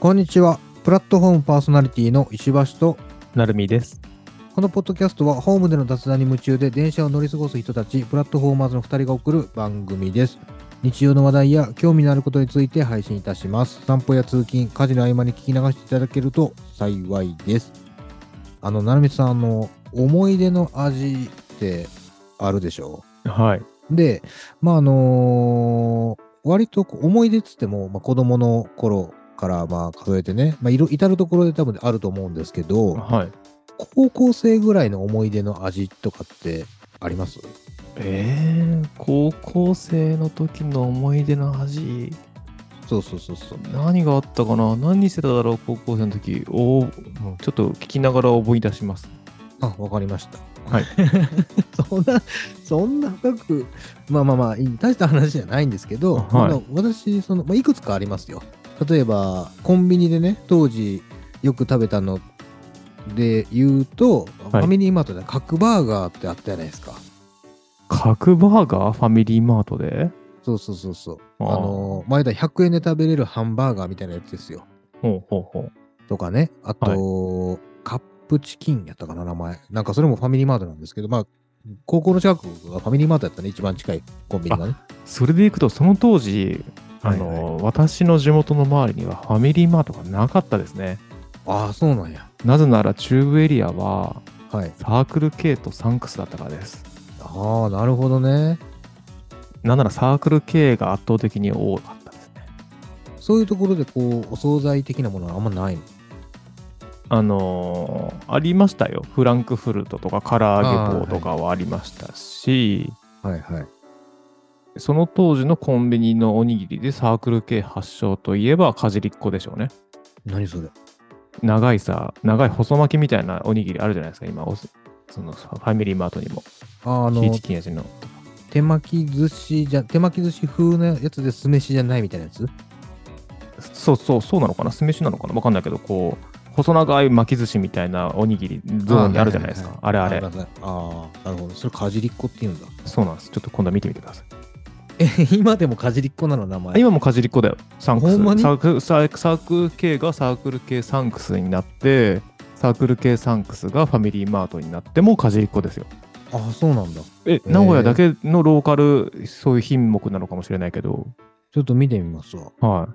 こんにちは。プラットフォームパーソナリティの石橋と、なるみです。このポッドキャストはホームでの雑談に夢中で電車を乗り過ごす人たち、プラットフォーマーズの2人が送る番組です。日常の話題や興味のあることについて配信いたします。散歩や通勤、家事の合間に聞き流していただけると幸いです。あの、なるみさん、あの、思い出の味ってあるでしょはい。で、まああの割とこう思い出っつっても、まあ、子供の頃からまあ数えてね、まあ、いろ至るところで多分あると思うんですけど、はい。高校生ぐらいの思い出の味とかってありますえー、高校生の時の思い出の味、そうそうそうそう。何があったかな何してただろう、高校生の時。おーうんちょっと聞きながら思い出します。あ、わかりました。はい。 そんな、そんな深く、まあまあまあ、いい大した話じゃないんですけど、はいまあ私、その、まあ、いくつかありますよ。例えば、コンビニでね、当時よく食べたので言うと、フはいァミリーマートで角バーガーってあったじゃないですか。角バーガーファミリーマートでそうそうそうそう。ああーの、前だ100円で食べれるハンバーガーみたいなやつですよ。ほうほうほう。とかね。あと、カップチキンやったかな、名前。なんかそれもファミリーマートなんですけど、まあ、高校の近くがファミリーマートやったね、一番近いコンビニがね。それでいくと、その当時、あの、はいは私の地元の周りにはファミリーマートがなかったですね。ああ、そうなんや。なぜなら中部エリアははい。サークル K とサンクスだったからです。ああ、なるほどね。なんならサークル K が圧倒的に多かったですね。そういうところで、こう、お惣菜的なものはあんまないの。あのーありましたよ。フランクフルトとか唐揚げ棒とかはありましたし、はいはい。その当時のコンビニのおにぎりでサークル系発祥といえばかじりっこでしょうね。何それ。長いさ、長い細巻きみたいなおにぎりあるじゃないですか、今、おそのファミリーマートにも。あーあシーのチ、キン味の。手巻き寿司じゃ、手巻き寿司風なやつで酢飯じゃないみたいなやつそうそう、そうなのかな酢飯なのかなわかんないけど、こう、細長い巻き寿司みたいなおにぎりゾーンにあるじゃないですか。あれあれ。ああー、なるほど。それかじりっこって言うんだ。 そうなんです。ちょっと今度見てみてください。え、今でもかじりっこなの名前。今もかじりっこだよ。サンクス。ほんまにサークサークサークル系がサークル系サンクスになって、サークル系サンクスがファミリーマートになってもかじりっこですよ。ああ、そうなんだ。え、名古屋だけのローカル、そういう品目なのかもしれないけど、ちょっと見てみますわ。は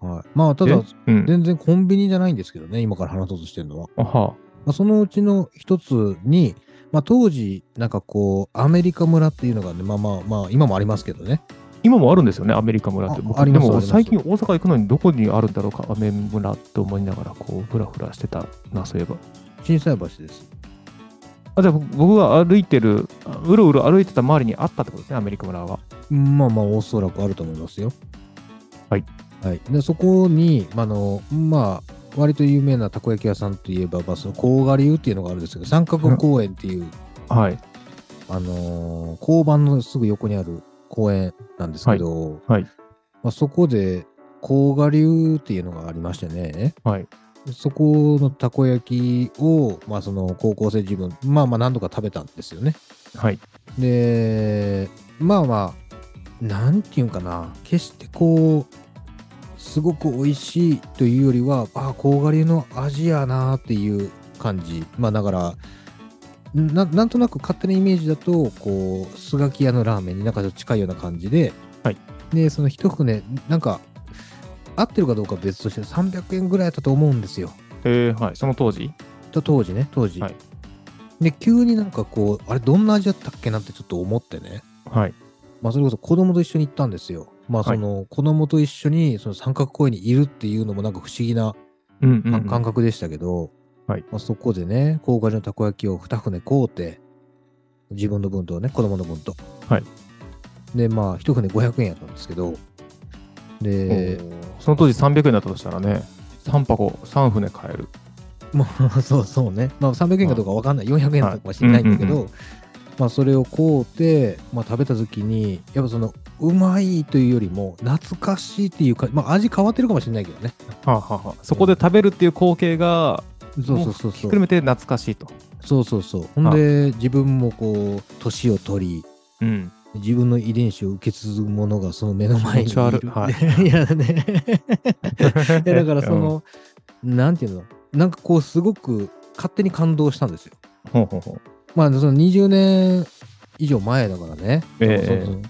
はい。まあ、たい。だえ、うん。全然コンビニじゃないんですけどね、今から話そうとしてるのは。あはまあ、そのうちの一つに、まあ、当時、なんかこう、アメリカ村っていうのがね、まあまあまあ、今もありますけどね。今もあるんですよね、アメリカ村って。あ僕ありでますありもます最近大阪行くのにどこにあるんだろうか、アメ村って思いながら、こう、ふらふらしてたな、そういえば。震災橋です。あ、じゃあ僕僕が歩いてる、あうろうろ歩いてた周りにあったってことですね、アメリカ村は。まあまあ、おそらくあると思いますよ。はい。はい。で、そこに、まああの、まあ、割と有名なたこ焼き屋さんといえば、まあ、その、甲賀流っていうのがあるんですけど、三角公園っていう、はい。あのー交番のすぐ横にある公園なんですけど、はいはいまあ、そこで、甲賀流っていうのがありましてね、はい。そこのたこ焼きを、まあ、その高校生自分、まあまあ何度か食べたんですよね。はい。で、まあまあ、なんていうんかな、決してこう、すごく美味しいというよりは、ああ、甲賀流の味やなっていう感じ。まあだから、ななんとなく勝手なイメージだと、こう、スガキ屋のラーメンになんかちょっと近いような感じで、はいで、その一船、なんか、合ってるかどうかは別として300円ぐらいだったと思うんですよ。えー、はい。その当時と当時ね、当時。はいで、急になんかこう、あれ、どんな味だったっけなってちょっと思ってね。はい。まあ、それこそ子供と一緒に行ったんですよ。まあ、はそいの子供と一緒にその三角公園にいるっていうのもなんか不思議なうんうん、う感ん。感覚でしたけど、はいまあ、そこでね、高価のたこ焼きを二船買うて、自分の分とね、子供の分と。はいで、まあ、一船500円やったんですけど、で、その当時300円だったとしたらね、3箱、3船買える。まあ、そうそうね。まあ、300円かどうかわかんない。400円だったかもしれないんだけはいうんど、まあ、それを買うて、まあ、食べた時に、やっぱその、うまいというよりも、懐かしいっていうか、まあ、味変わってるかもしれないけどね。はあはあはあそこで食べるっていう光景が、そうそうそうひそうっく。るめて懐かしいと。そうそうそう。ほんで、自分もこう、年を取り、うん。自分の遺伝子を受け継ぐものがその目の前にい気持ち悪い る。、はいやね。 いやだからそ、の、なんていうの、なんかこうすごく勝手に感動したんですよ。うんほうほうほうまあその20年以上前だからね。ええそうそう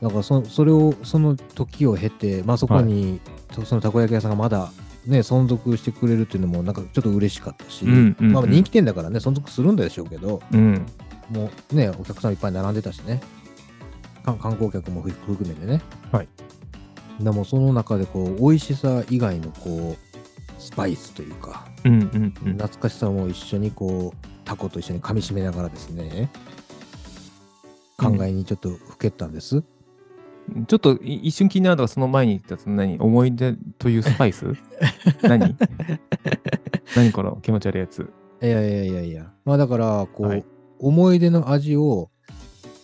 だからそそれをその時を経て、まあ、そこに、とそのたこ焼き屋さんがまだ、ね、存続してくれるっていうのもなんかちょっと嬉しかったし、うんうんうんまあ、人気店だからね存続するんでしょうけどうん、もう、ね、お客さんいっぱい並んでたしね観観光客も含めてね、はい、でもその中でこう美味しさ以外のこうスパイスというか、うんうんうん懐かしさも一緒にこうタコと一緒に噛みしめながらですね考えにちょっとふけったんです。ちょっとい一瞬気になるのがその前に言ったその何思い出というスパイス 何何この気持ち悪いやつ。いやいやいやいや、まあだから、こう、はい思い出の味を、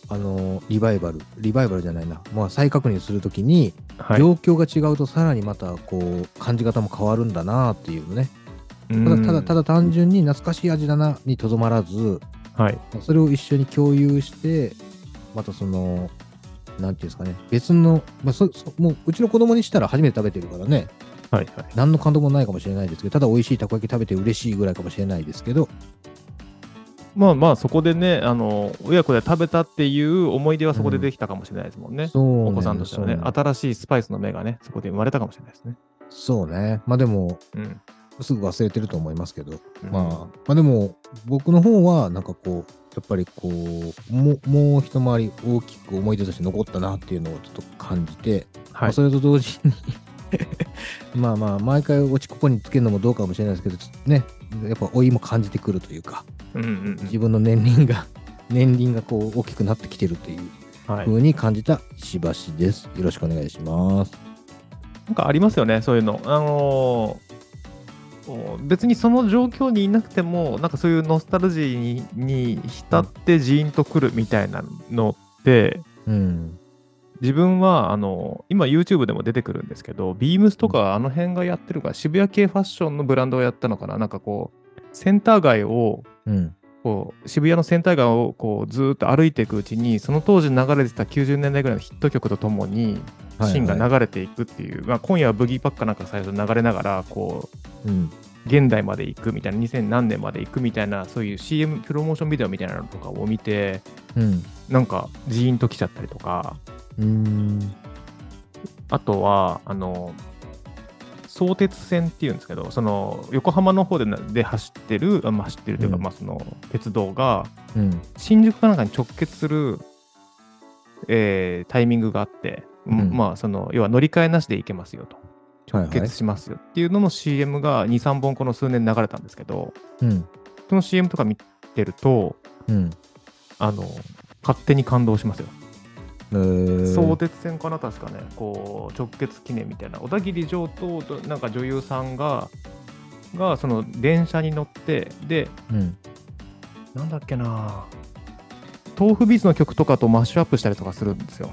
あのーリバイバル、リバイバルじゃないな、まあ再確認するときに、はい、状況が違うとさらにまた、こう、感じ方も変わるんだなっていうね。ただ、ただ、ただ、だ単純に懐かしい味だなにとどまらず、はい、それを一緒に共有して、またその、なんていうんですかね、別の、まあそそもううちの子供にしたら初めて食べてるからね、はい、はい。何の感動もないかもしれないですけど、ただ美味しいたこ焼き食べて嬉しいぐらいかもしれないですけど、まあまあ、そこでね、あの親子で食べたっていう思い出はそこでできたかもしれないですもんね。そうお子さんとしてはね、新しいスパイスの芽がね、そこで生まれたかもしれないですね。そうね。まあでも、うん。すぐ忘れてると思いますけど。うんまあ、まあでも、僕の方は、なんかこう、やっぱりこう、ももう一回り大きく思い出として残ったなっていうのをちょっと感じて、まはあい。それと同時に、 まあまあ、毎回落ちここにつけるのもどうかもしれないですけど、ちょっとね、やっぱ老いも感じてくるというか、うんうん自分の年輪が、 年輪がこう大きくなってきてるといううん。はい。風に感じた石橋です。よろしくお願いします。なんかありますよね、そういうの。あのーお別にその状況にいなくても、なんかそういうノスタルジーにに浸ってジーンとくるみたいなのって、うん。自分はあの今 YouTube でも出てくるんですけど、ビームスとかあの辺がやってるから、渋谷系ファッションのブランドをやったのかな、なんかこう、センター街を、うん。こう渋谷のセンター街をこうずーっと歩いていくうちに、その当時流れてた90年代ぐらいのヒット曲とともに、はいシーンがはい流れていくっていう、まあ、今夜はブギーパッカなんか最初流れながらこううん。現代まで行くみたいな2000何年まで行くみたいなそういう CM プロモーションビデオみたいなのとかを見てうん。なんかジーンと来ちゃったりとかうーん。あとはあの相鉄線っていうんですけどその横浜の方でなで走ってるあまあ走ってるというか、うんまあ、その鉄道がうん。新宿かなんかに直結する、えータイミングがあって、うんまあその要は乗り換えなしで行けますよと。はい直はい結。しますよっていうのの CM が2、3本この数年流れたんですけど、うん。その CM とか見てると、うん。あの、勝手に感動しますよ。えー相鉄線かな、確かね、こう、直結記念みたいな、小田切城と、となんか女優さんが、が、その電車に乗って、で、うん。なんだっけな豆腐ビーズの曲とかとマッシュアップしたりとかするんですよ。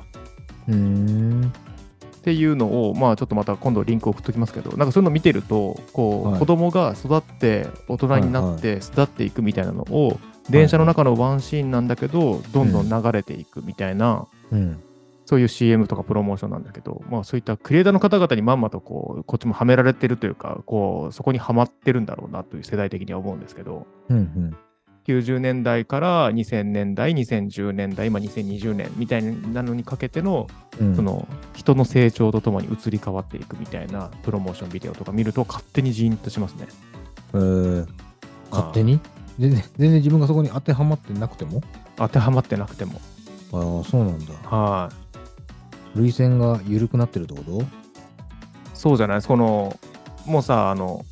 うーん。っていうのを、まあ、ちょっとまた今度リンク送っときますけどなんかそういうの見てるとこう、はい子供が育って大人になって育っていくみたいなのを、電車の中のワンシーンなんだけどどんどん流れていくみたいな、うん。そういう CM とかプロモーションなんだけど、まあ、そういったクリエイターの方々にまんまとこうこっちもはめられてるというかこうそこにはまってるんだろうなという世代的には思うんですけどうん。うん。 90年代から2000年代2010年代今2020年みたいなのにかけてのうんその人の成長とともに移り変わっていくみたいなプロモーションビデオとか見ると勝手にジーンとしますね。えー勝手に全然、全然自分がそこに当てはまってなくても当てはまってなくても。ああ、そうなんだ。は涙腺が緩くなってるってことい。そうじゃないです。この、もうさ、あの、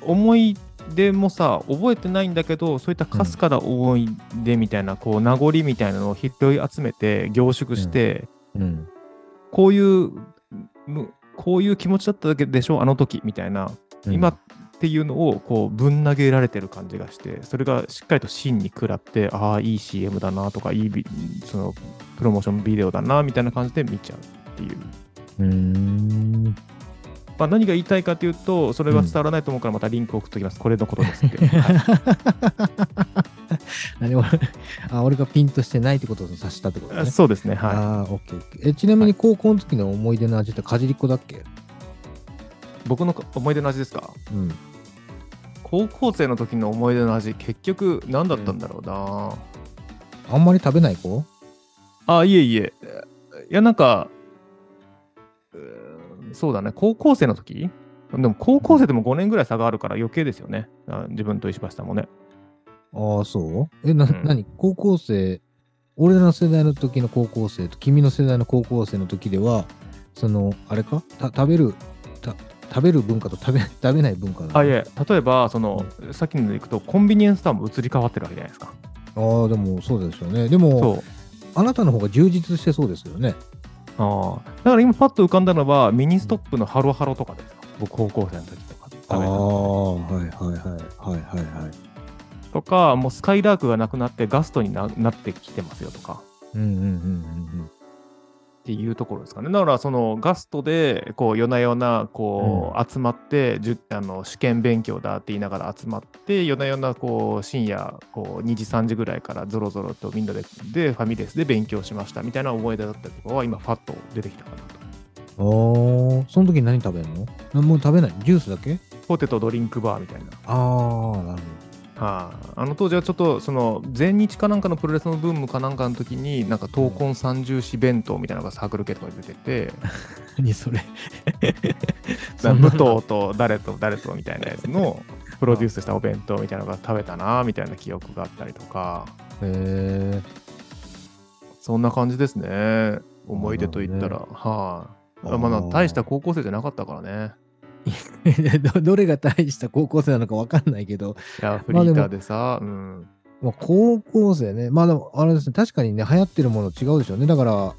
思い出もさ、覚えてないんだけど、そういったかすかな思い出みたいな、こう、名残みたいなのを拾い集めて、凝縮して、うん。こういう、むこういう気持ちだっただけでしょ、あの時みたいな、うん今っていうのをこうぶん投げられてる感じがしてそれがしっかりと芯に食らってああいい CM だなとかいいビそのプロモーションビデオだなみたいな感じで見ちゃうっていううーん。まあ、何が言いたいかというと、それは伝わらないと思うから、またリンク送っておきます。これのことですって。 はい何 俺あ俺がピンとしてないってことを察したってことね。あそうですね。はああ、オッケーオッケー。え、ちなみに高校の時の思い出の味ってかじりっこだっけい。僕の思い出の味ですかうん。高校生の時の思い出の味、結局何だったんだろうな。あんまり食べない子あ、いえいえ。いや、なんか、うーんそうだね、高校生の時でも高校生でも5年ぐらい差があるから余計ですよね。あ自分と石橋さんもね。ああ、そうえ、な、うん何高校生、俺らの世代の時の高校生と君の世代の高校生の時では、その、あれかた食べる、た食べる文化と食べ 食べない文化なのあ、いえ、例えば、その、さっきのでいくと、コンビニエンススターも移り変わってるわけじゃないですか。ああ、でもそうでしょうね。でも、そう。あなたの方が充実してそうですよね。ああ。だから今、パッと浮かんだのは、ミニストップのハロハロとかですか。僕、高校生の時とか。ああ、はいはいはい。はいはいはい。とか、もうスカイラークがなくなってガストにななってきてますよとか。うんうんうんうんっていうところですかね。だからそのガストでこう夜な夜なこう集まって、じゅあの試験勉強だって言いながら集まって夜な夜なこう深夜こう2時3時ぐらいからぞろぞろとみんなででファミレスで勉強しましたみたいな思い出だったりとかは今ファッと出てきたかなと。うん。ああ、その時何食べるのなもう食べないジュースだけポテトドリンクバーみたいな。ああ、なるはあ、あの当時はちょっとその全日かなんかのプロレスのブームかなんかの時になんか闘魂三重士弁当みたいなのがサークル系とかで出て て。ほど。何それ。な武藤と誰と誰とみたいなやつのプロデュースしたお弁当みたいなのが食べたなみたいな記憶があったりとかへえ。そんな感じですね思い出といったら、はい、あ、まあ 大した高校生じゃなかったからねどどれが大した高校生なのか分かんないけど、いやフリまあでもーターでさ、うんまあ、高校生ね、まあでも、あれですね、確かにね、流行ってるもの違うでしょうね。だから、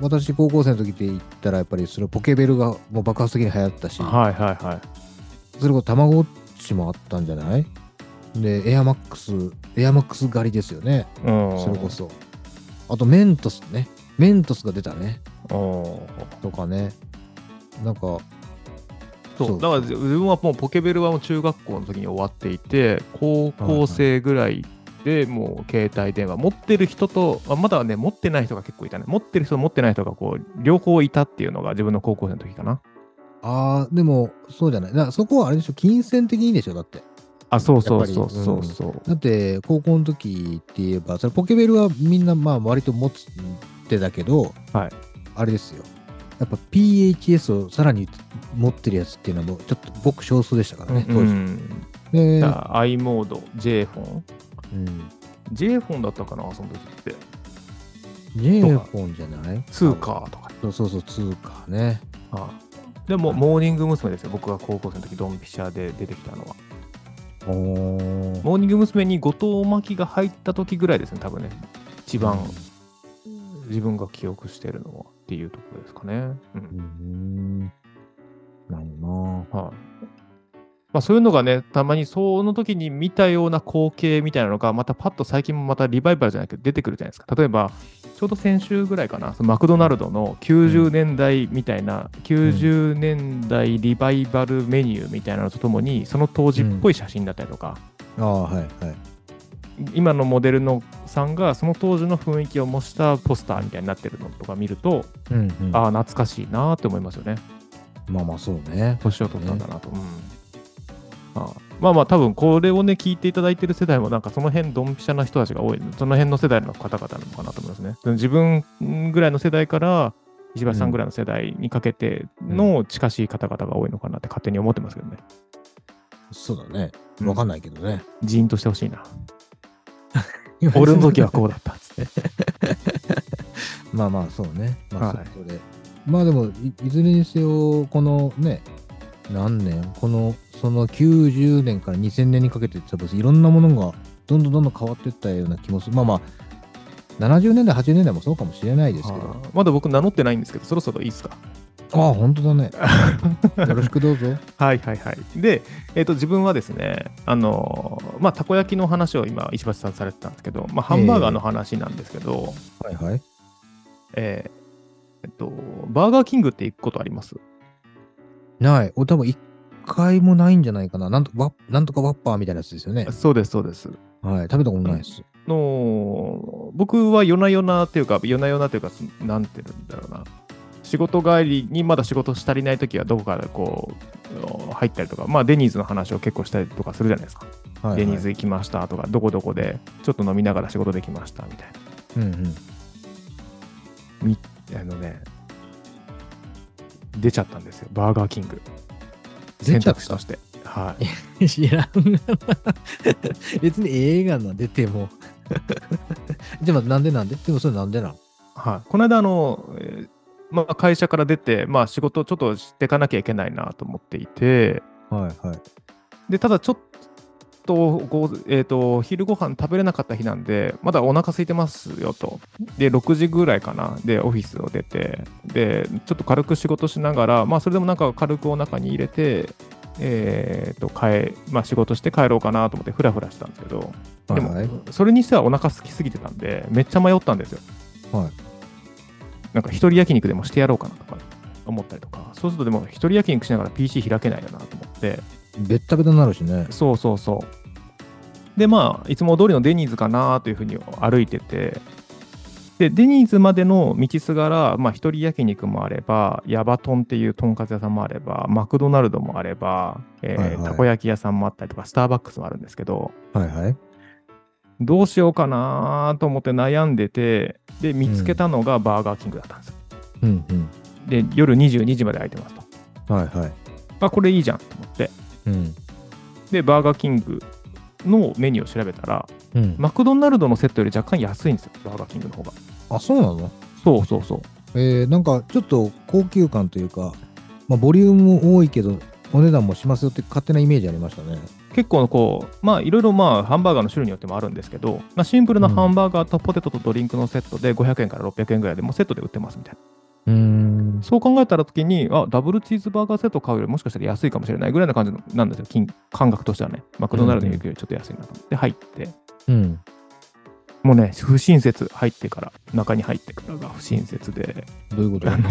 私、高校生の時って言ったら、やっぱりそれポケベルがもう爆発的に流行ったし、はいはいはいそれこそたまごっちもあったんじゃないで、エアマックス、エアマックス狩りですよね、うんそれこそ。あと、メントスね、メントスが出たね、うんとかね。なんか、そうそうだから自分はもうポケベルはもう中学校の時に終わっていて高校生ぐらいでもう携帯電話持ってる人とあまだね持ってない人が結構いたね持ってる人持ってない人がこう両方いたっていうのが自分の高校生の時かなああ、でも、そうじゃない。だからそこはあれでしょ、金銭的にいいでしょ、だって。あそうそうやっそぱうりうんそうそうだって高校の時って言えばそれポケベルはみんなまあ割と持ってたけど、はいあれですよやっぱ PHS をさらに持ってるやつっていうのはもうちょっと僕少数でしたからね、う当時ん、で、だから i モード J フォンうん J フォンだったかなその時って j フォンじゃない通貨とかそうそうそう通貨ねあでもモーニング娘。ですよ僕が高校生の時ドンピシャで出てきたのはおーモーニング娘。に後藤真希が入った時ぐらいですね、多分ね。一番自分が記憶してるのはっていうところですかね。ううんんなるなはいまあ、そういうのがね、たまにその時に見たような光景みたいなのが、またパッと最近もまたリバイバルじゃないけど出てくるじゃないですか。例えば、ちょうど先週ぐらいかな、そのマクドナルドの90年代みたいな、90年代リバイバルメニューみたいなのとともに、その当時っぽい写真だったりとか、ああはいはい今のモデルのさんがその当時の雰囲気を模したポスターみたいになってるのとか見ると、うん、うん、ああ懐かしいなーって思いますよねまあまあそうね年を取ったんだなと、うんああまあまあ多分これをね聞いていただいてる世代もなんかその辺ドンピシャな人たちが多いその辺の世代の方々なのかなと思いますね自分ぐらいの世代から石橋さんぐらいの世代にかけての近しい方々が多いのかなって勝手に思ってますけど ね、そうだねわかんないけどね、ジーンとしてほしい な 俺の時はこうだったっつって まあまあそうね。まあはいそこで。まあでもい、いずれにせよ、このね、何年この、その90年から2000年にかけて多分いろんなものがどんどんどんどん変わっていったような気もする。まあまあ、70年代、80年代もそうかもしれないですけど。ああまだ僕名乗ってないんですけどそろそろいいですかああ、本当だね。よろしくどうぞ。はいはいはい。で、えー、と自分はですね、あのーまあ、たこ焼きの話を今、石橋さんされてたんですけど、まあ、ハンバーガーの話なんですけど、はいはい。えーえっと、バーガーキングって行くことありますない。お多分一回もないんじゃないかな。なんとワッなんとかワッパーみたいなやつですよね。そうです、そうです。はい。食べたことないです。の僕は夜な夜なっていうか、夜な夜なっていうか、そのなんて言うんだろうな。仕事帰りにまだ仕事し足りないときはどこかでこう入ったりとか、まあデニーズの話を結構したりとかするじゃないですか。はいはい、デニーズ行きましたとか、どこどこでちょっと飲みながら仕事できましたみたいな。うんうん。みあのね、出ちゃったんですよ、バーガーキング。出選ちゃった択肢として。はい、知らんがな。別に映画なんでても。でもなんでなんででもそれなんでなのはい、この間あの、えーまあ、会社から出て、まあ、仕事ちょっとしていかなきゃいけないなと思っていて、はいはい。でただちょっとご、えー、と昼ご飯食べれなかった日なんで、まだお腹空いてますよと。で、6時ぐらいかな、で、オフィスを出て、で、ちょっと軽く仕事しながら、まあ、それでもなんか軽くお腹に入れて、えーと帰まあ、仕事して帰ろうかなと思って、ふらふらしたんですけど、でも、はいはいそれにしてはお腹空きすぎてたんで、めっちゃ迷ったんですよ。はいなんか一人焼肉でもしてやろうかなとか思ったりとか、そうするとでも一人焼肉しながら PC 開けないよなと思って、べったべたになるしね。そうそうそう。で、まあ、いつも通りのデニーズかなというふうに歩いてて、で、デニーズまでの道すがら、まあ、一人焼肉もあれば、ヤバトンっていうとんかつ屋さんもあれば、マクドナルドもあれば、えーはいはいたこ焼き屋さんもあったりとか、スターバックスもあるんですけど、はいはい。どうしようかなと思って悩んでて、で、見つけたのがバーガーキングだったんですよ。うんうん。で、夜22時まで空いてますと。はいはい。あ、これいいじゃんと思って。うん。で、バーガーキングのメニューを調べたら、うん、マクドナルドのセットより若干安いんですよ、バーガーキングの方が。あ、そうなのそうそうそう。えー、なんかちょっと高級感というか、まあ、ボリュームも多いけど、お値段もしますよって勝手なイメージありましたね。結構こう、まあいろいろまあハンバーガーの種類によってもあるんですけど、まあ、シンプルなハンバーガーとポテトとドリンクのセットで500円から600円ぐらいでもうセットで売ってますみたいな。うーん。そう考えたら時に、あ、ダブルチーズバーガーセット買うよりもしかしたら安いかもしれないぐらいな感じのなんですよ、金感覚としてはね。マクドナルドに行くよりちょっと安いなと思って入って、うん。もうね、不親切入ってから、中に入ってからが不親切で、どういうことあの、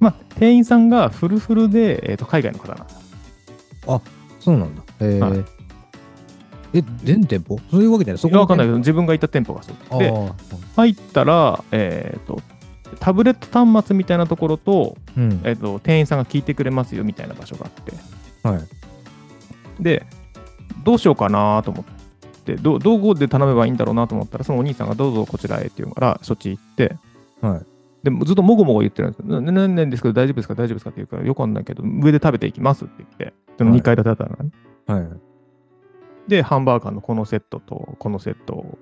まあ店員さんがフルフルで、えーと海外の方なんですよそうなんだ。えーはえ、全店舗そういうわけじゃないそいこやわかんないけけど、自分が行った店舗がそう。で、ど。あ入ったら、えーと、タブレット端末みたいなところと,、あ。うん。えーと、店員さんが聞いてくれますよみたいな場所があって、はい。で、どうしようかなと思って、どどこで頼めばいいんだろうなと思ったら、そのお兄さんがどうぞこちらへって言うから、そっち行って、はい。でもずっともごもご言ってるんですよ。ななんなんですけど、大丈夫ですか、大丈夫ですかって言うから、よくわかんないけど、上で食べていきますって言って、その2階建てだったのね。はい。で、ハンバーガーのこのセットと、このセットを、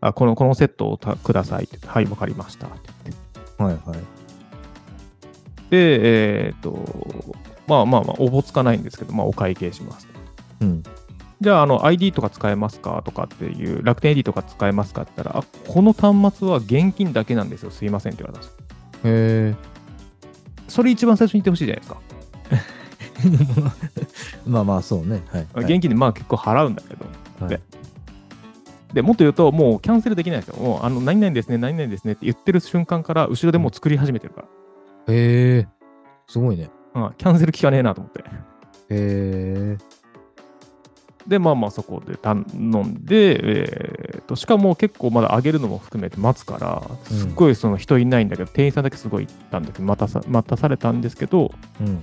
あこのこのセットをたくださいって言って、はい、わかりましたって言って。はいはい。で、えーっと、まあまあまあ、おぼつかないんですけど、まあ、お会計します。うん。じゃあ、あの、ID とか使えますかとかっていう、楽天 ID とか使えますかって言ったら、あこの端末は現金だけなんですよ、すいませんって言われたんですへえ。それ一番最初に言ってほしいじゃないですか。 まあまあ、そうね。はい。はい現金でまあ結構払うんだけど。はいででもっと言うと、もうキャンセルできないんですよ。もう、あの、何々ですね、何々ですねって言ってる瞬間から、後ろでもう作り始めてるから。へえ。すごいね。うん、キャンセル効かねえなと思って。へえ。で、まあまあそこで頼んで、えーと、しかも結構まだ上げるのも含めて待つから、うんすっごいその人いないんだけど、店員さんだけすごい行ったんだけど、待たさ待たされたんですけど、うん。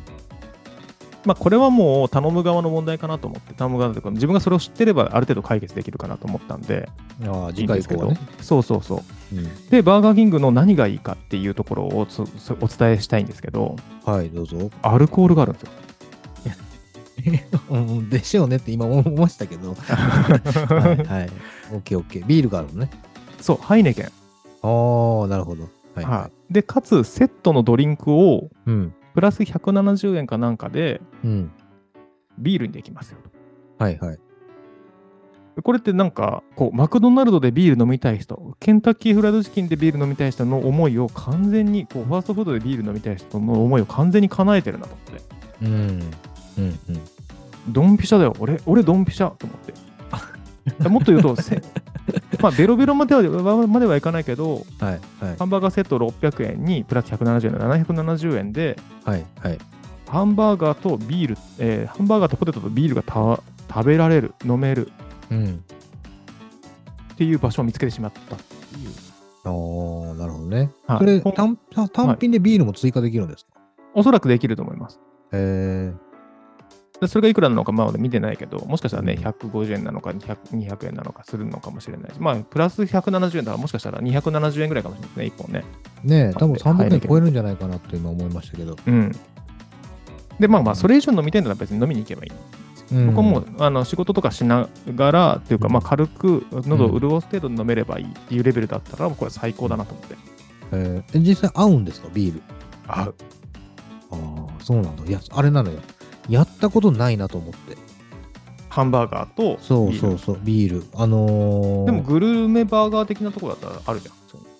まあこれはもう頼む側の問題かなと思って、頼む側というか、自分がそれを知ってればある程度解決できるかなと思ったんで、ああ、いい次んで回以すけ降ど、はね。そうそうそう。うんで、バーガーキングの何がいいかっていうところをそそお伝えしたいんですけど、はい、どうぞ。アルコールがある んですよ。うんでしょうねって今思いました けど。はい、はい。オッケーオッケー。ビールがあるのね。そう、ハイネケン。ああ、なるほど。はい。はいで、かつ、セットのドリンクを、うん。プラス170円かなんかでうん。ビールにできますよはいはい。と。これってなんかこうマクドナルドでビール飲みたい人ケンタッキーフライドチキンでビール飲みたい人の思いを完全にこうファーストフードでビール飲みたい人の思いを完全に叶えてるなと思ってうん。うんうん。ドンピシャだよ俺俺ドンピシャと思ってもっと言うとせ まあベロベロまではまではいかないけどはいはい。ハンバーガーセット600円にプラス170円の770円ではいはい。ハンバーガーとビール、えーハンバーガーとポテトとビールがた食べられる、飲めるうん。っていう場所を見つけてしまったっていう。ああ、なるほどね。はいそれこん単、単単品でビールも追加できるんですか、おそらくできると思います。へえ。でそれがいくらなのかまだ見てないけど、もしかしたらね、うん150円なのか200、200円なのかするのかもしれないし、まあ、プラス170円だから、もしかしたら270円ぐらいかもしれないですね、1本ね。ねえ、多分はい300円超えるんじゃないかなって今思いましたけど。うん。で、まあまあ、それ以上飲みたいなら別に飲みに行けばいい。うん僕はもう、あの仕事とかしながら、というか、まあ、軽く喉を潤す程度に飲めればいいっていうレベルだったら、もうこれ最高だなと思って。えーえ実際合うんですかビール。合う。ああ、そうなんだ。いや、あれなのよ。やったことないなと思って。ハンバーガーとそうビーそルうそう、ビール。あのー、でも、グルメバーガー的なところだったらあるじゃん。そういうのっ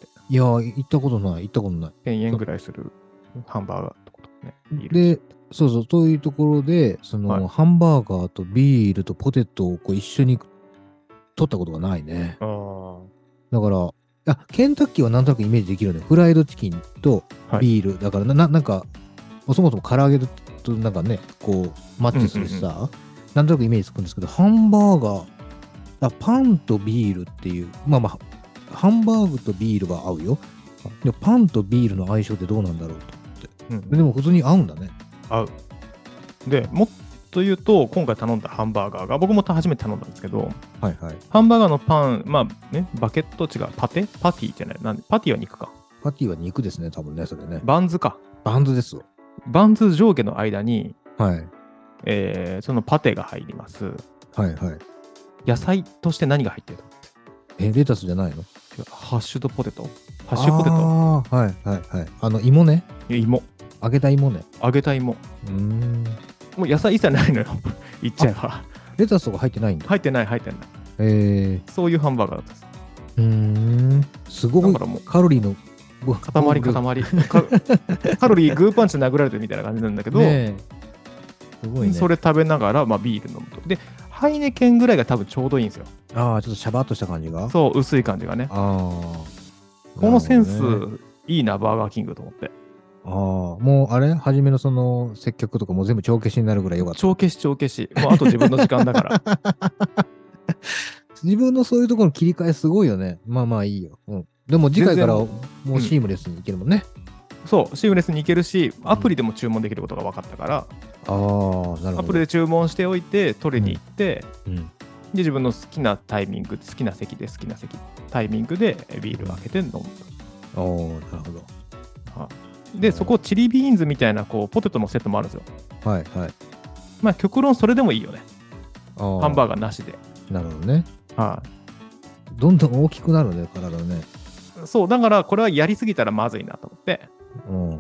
ていや、行ったことない、行ったことない。 1000円ぐらいするハンバーガーとかね。ビールで、そうそう、そういうところで、その、はいハンバーガーとビールとポテトをこう一緒に取ったことがないね。ああ。だから、あケンタッキーはなんとなくイメージできるね。フライドチキンとはいビール。だからな、ななんか、そもそも唐揚げとなんかね、こう、マッチするしさ、なんとなくイメージつくんですけど、ハンバーガー、あパンとビールっていう、まあまあ、ハンバーグとビールは合うよ。でもパンとビールの相性ってどうなんだろうと。うんでも普通に合うんだね。合う。で、もっと言うと、今回頼んだハンバーガーが、僕も初めて頼んだんですけど、はいはい。ハンバーガーのパン、まあね、バケット違う、パテパティじゃない、なんでパティは肉か。パティは肉ですね、多分ね、それね。バンズか。バンズですよ。バンズ上下の間に、はい。えーそのパテが入ります。はいはい。野菜として何が入ってるえ、レタスじゃないののハッシュドポテトハッシュポテトあーはいはいはい。あの、芋ね。芋揚げた芋ね。揚げた芋うーん。もう野菜一切ないのよ 言っちゃえばレタスとか入ってないんだ。入ってない入ってないえそういうハンバーガーだったんですー、うーん。すごいだからもうカロリーのご塊ね塊かカロリーグーパンチで殴られてるみたいな感じなんだけど、えすごいね。それ食べながら、まあ、ビール飲むとでハイネケンぐらいが多分ちょうどいいんですよああ、ちょっとシャバっとした感じが。そう薄い感じがねああ。このセンスなるほどねいいなバーガーキングと思ってああ、もうあれ初めのその接客とかも全部帳消しになるぐらいよかった。帳消し帳消しもうあと自分の時間だから 自分のそういうところの切り替えすごいよね。まあまあいいよ。うん。でも次回からもうシームレスにいけるもんね。そうシームレスに行けるしアプリでも注文できることが分かったから、ああ、なるほど。アプリで注文しておいて取りに行って、うん。で自分の好きなタイミング好きな席で好きな席タイミングでビールを開けて飲むおーなるほと、はいでそこチリビーンズみたいなこうポテトのセットもあるんですよど。はいはい。まあ極論それでもいいよねハハンバーガーなしで、ー。なるほどね。はいどんどん大きくなるね、体ね。そうだからこれはやりすぎたらまずいなと思ってうん。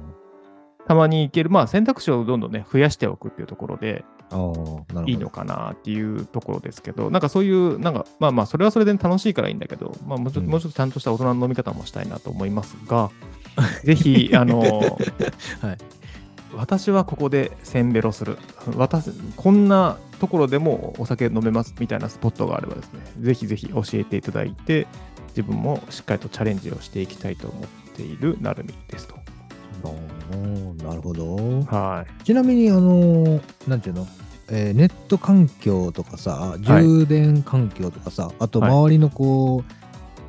たまに行けるまあ選択肢をどんどんね増やしておくっていうところでああ、なるほど。いいのかなっていうところですけどなんかそういうなんかまあまあそれはそれで楽しいからいいんだけど、まあ、もうちょっうんともうちょっとちゃんとした大人の飲み方もしたいなと思います が、ぜひあの、はい私はここでせんべろする私こんなところでもお酒飲めますみたいなスポットがあればですねぜひぜひ教えていただいて自分もしっかりとチャレンジをしていきたいと思っているなるみですと。おーなるほど。はいちなみに、あのーなんていうのえーネット環境とかさ、充電環境とかさ、あとはい周りのこ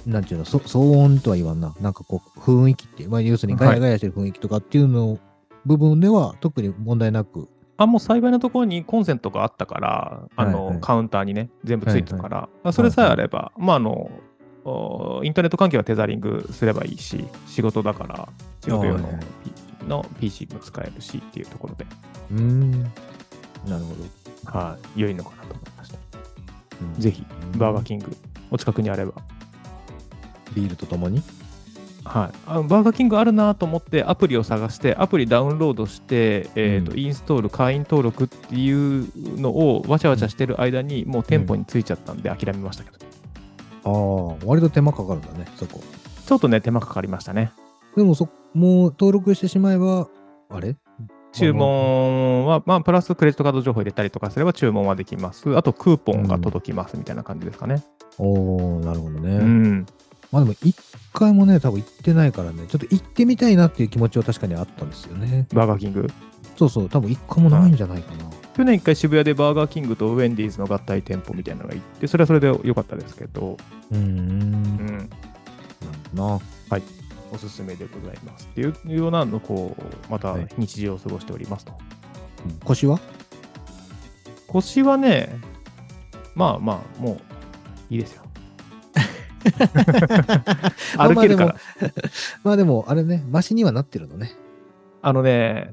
う、なんていうの、そ騒音とは言わんな、なんかこう、雰囲気っていう、まあ、要するにガヤガヤしてる雰囲気とかっていうの部分では特に問題なく、あもう幸いなところにコンセントがあったから、あのはいはいカウンターにね、全部ついてたから、まあそれさえあれば、まああの、おインターネット関係はテザリングすればいいし、仕事だから、仕事用の,、はいはい P の PC も使えるしっていうところで、うーん、なるほど。はい、良いのかなと思いました。うんぜひ、バーガーキング、お近くにあれば、ビールとともに。はい、あバーガーキングあるなと思ってアプリを探してアプリダウンロードして、えーとうんインストール会員登録っていうのをわちゃわちゃしてる間にもう店舗に着いちゃったんで諦めましたけど、ああ、割と手間かかるんだね、そこ。ちょっとね手間かかりましたねでもそ、もう登録してしまえば、あれ注文は、まあ、プラスクレジットカード情報入れたりとかすれば注文はできますあとクーポンが届きますみたいな感じですかねおおなるほどね。うん、まあでも一回もね、多分行ってないからね、ちょっと行ってみたいなっていう気持ちは確かにあったんですよね。バーガーキングそうそう、多分一個もないんじゃないかな。去年一回渋谷でバーガーキングとウェンディーズの合体店舗みたいなのが行って、それはそれで良かったですけど、うー。うんん、なおすすめでございますっていうようなのをこう、また日常を過ごしておりますと。腰は腰はね、まあまあ、もういいですよ。 まあ歩まあけでるもから。あまあでも、あれね、マシにはなってるのね。のね、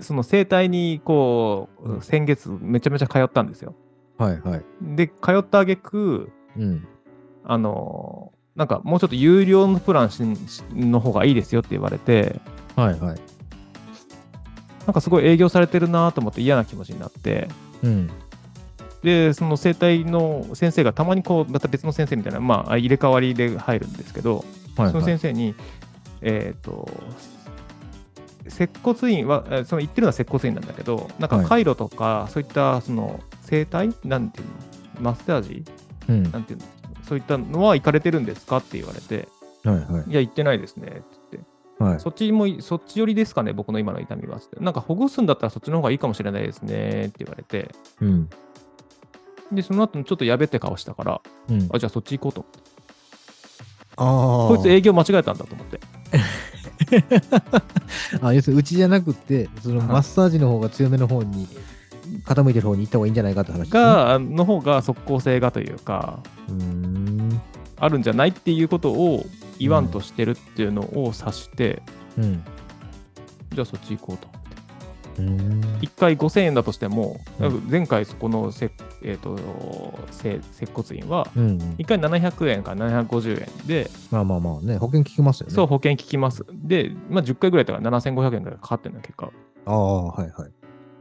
その整体にこう、うん先月めちゃめちゃ通ったんですよ。はいはい。で、通った挙句うん。あのーなんかもうちょっと有料のプランししの方がいいですよって言われて、はいはい。なんかすごい営業されてるなと思って嫌な気持ちになって、うん。で、その整体の先生がたまにこう、また別の先生みたいな、まあ入れ替わりで入るんですけど、はいそのはい。先生に、えっ、と、接骨院は、えーその言ってるのは接骨院なんだけど、なんかはい回路とか、そういったその整体なんていうのマッサージうん。はなんていうのそういったのは行かれてるんですかって言われて、いはいや、行ってないですねって言って、い。はい。そっちもい、そっち寄りですかね、僕の今の痛みは。つってなんかほぐすんだったらそっちの方がいいかもしれないですねって言われて、うん。で、その後ちょっとやべって顔したから、うん。あ、じゃあそっち行こうと思って。ああ。こいつ営業間違えたんだと思って。あ、要するにうちじゃなくて、そのはいマッサージの方が強めの方に、傾いてる方に行った方がいいんじゃないかって話、ね。、が、の方が即効性がというか、うーん。あるんじゃないっていうことを言わんとしてるっていうのを察して、うん。じゃあそっち行こうと。うーん。 1回5000円だとしても、うん前回そこのせ、えー、とせ接骨院は、うん。 1回700円から750円で、まあまあまあね、保険聞きますよね。そう保険効きます。で、まあ、10回ぐらいだから7500円ぐらいかかってるの、結果。ああ、はいはい。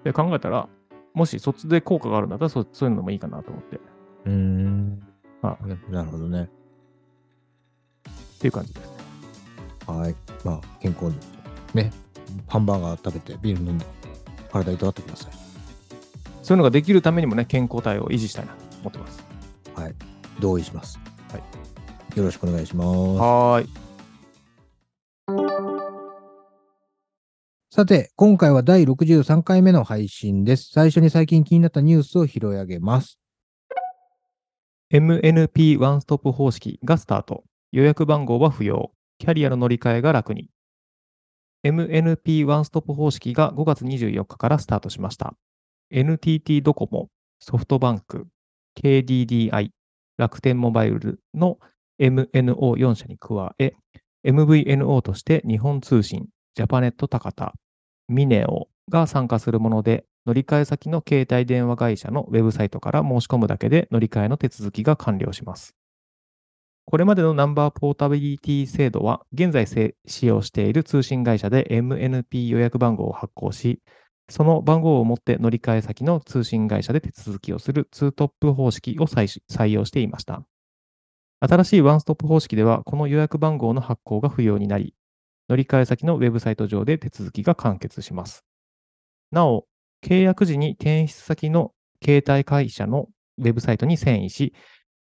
で、考えたら、もしそっちで効果があるんだったらそ、そういうのもいいかなと思って、っうーん。あねなるほどね。ていう感じです。はい。まあ、健康に。ね。ハンバーガー食べて、ビール飲んで、体いたわってください。そういうのができるためにもね、健康体を維持したいなと思ってます。同意します。。はいよろしくお願いします。はーい。さて、今回は第63回目の配信です。最初に最近気になったニュースを拾い上げます。 MNP ワンストップ方式がスタート。予約番号は不要。キャリアの乗り換えが楽に。MNP ワンストップ方式が5月24日からスタートしました。NTT ドコモ、ソフトバンク、KDDI、楽天モバイルの MNO4 社に加え、MVNO として日本通信、ジャパネット高田、ミネオが参加するもので、乗り換え先の携帯電話会社のウェブサイトから申し込むだけで乗り換えの手続きが完了します。これまでのナンバーポータビリティ制度は、現在せ使用している通信会社で MNP 予約番号を発行し、その番号を持って乗り換え先の通信会社で手続きをするツートップ方式を採し採用していました。新しいワンストップ方式では、この予約番号の発行が不要になり、乗り換え先のウェブサイト上で手続きが完結します。なお、契約時に転出先の携帯会社のウェブサイトに遷移し、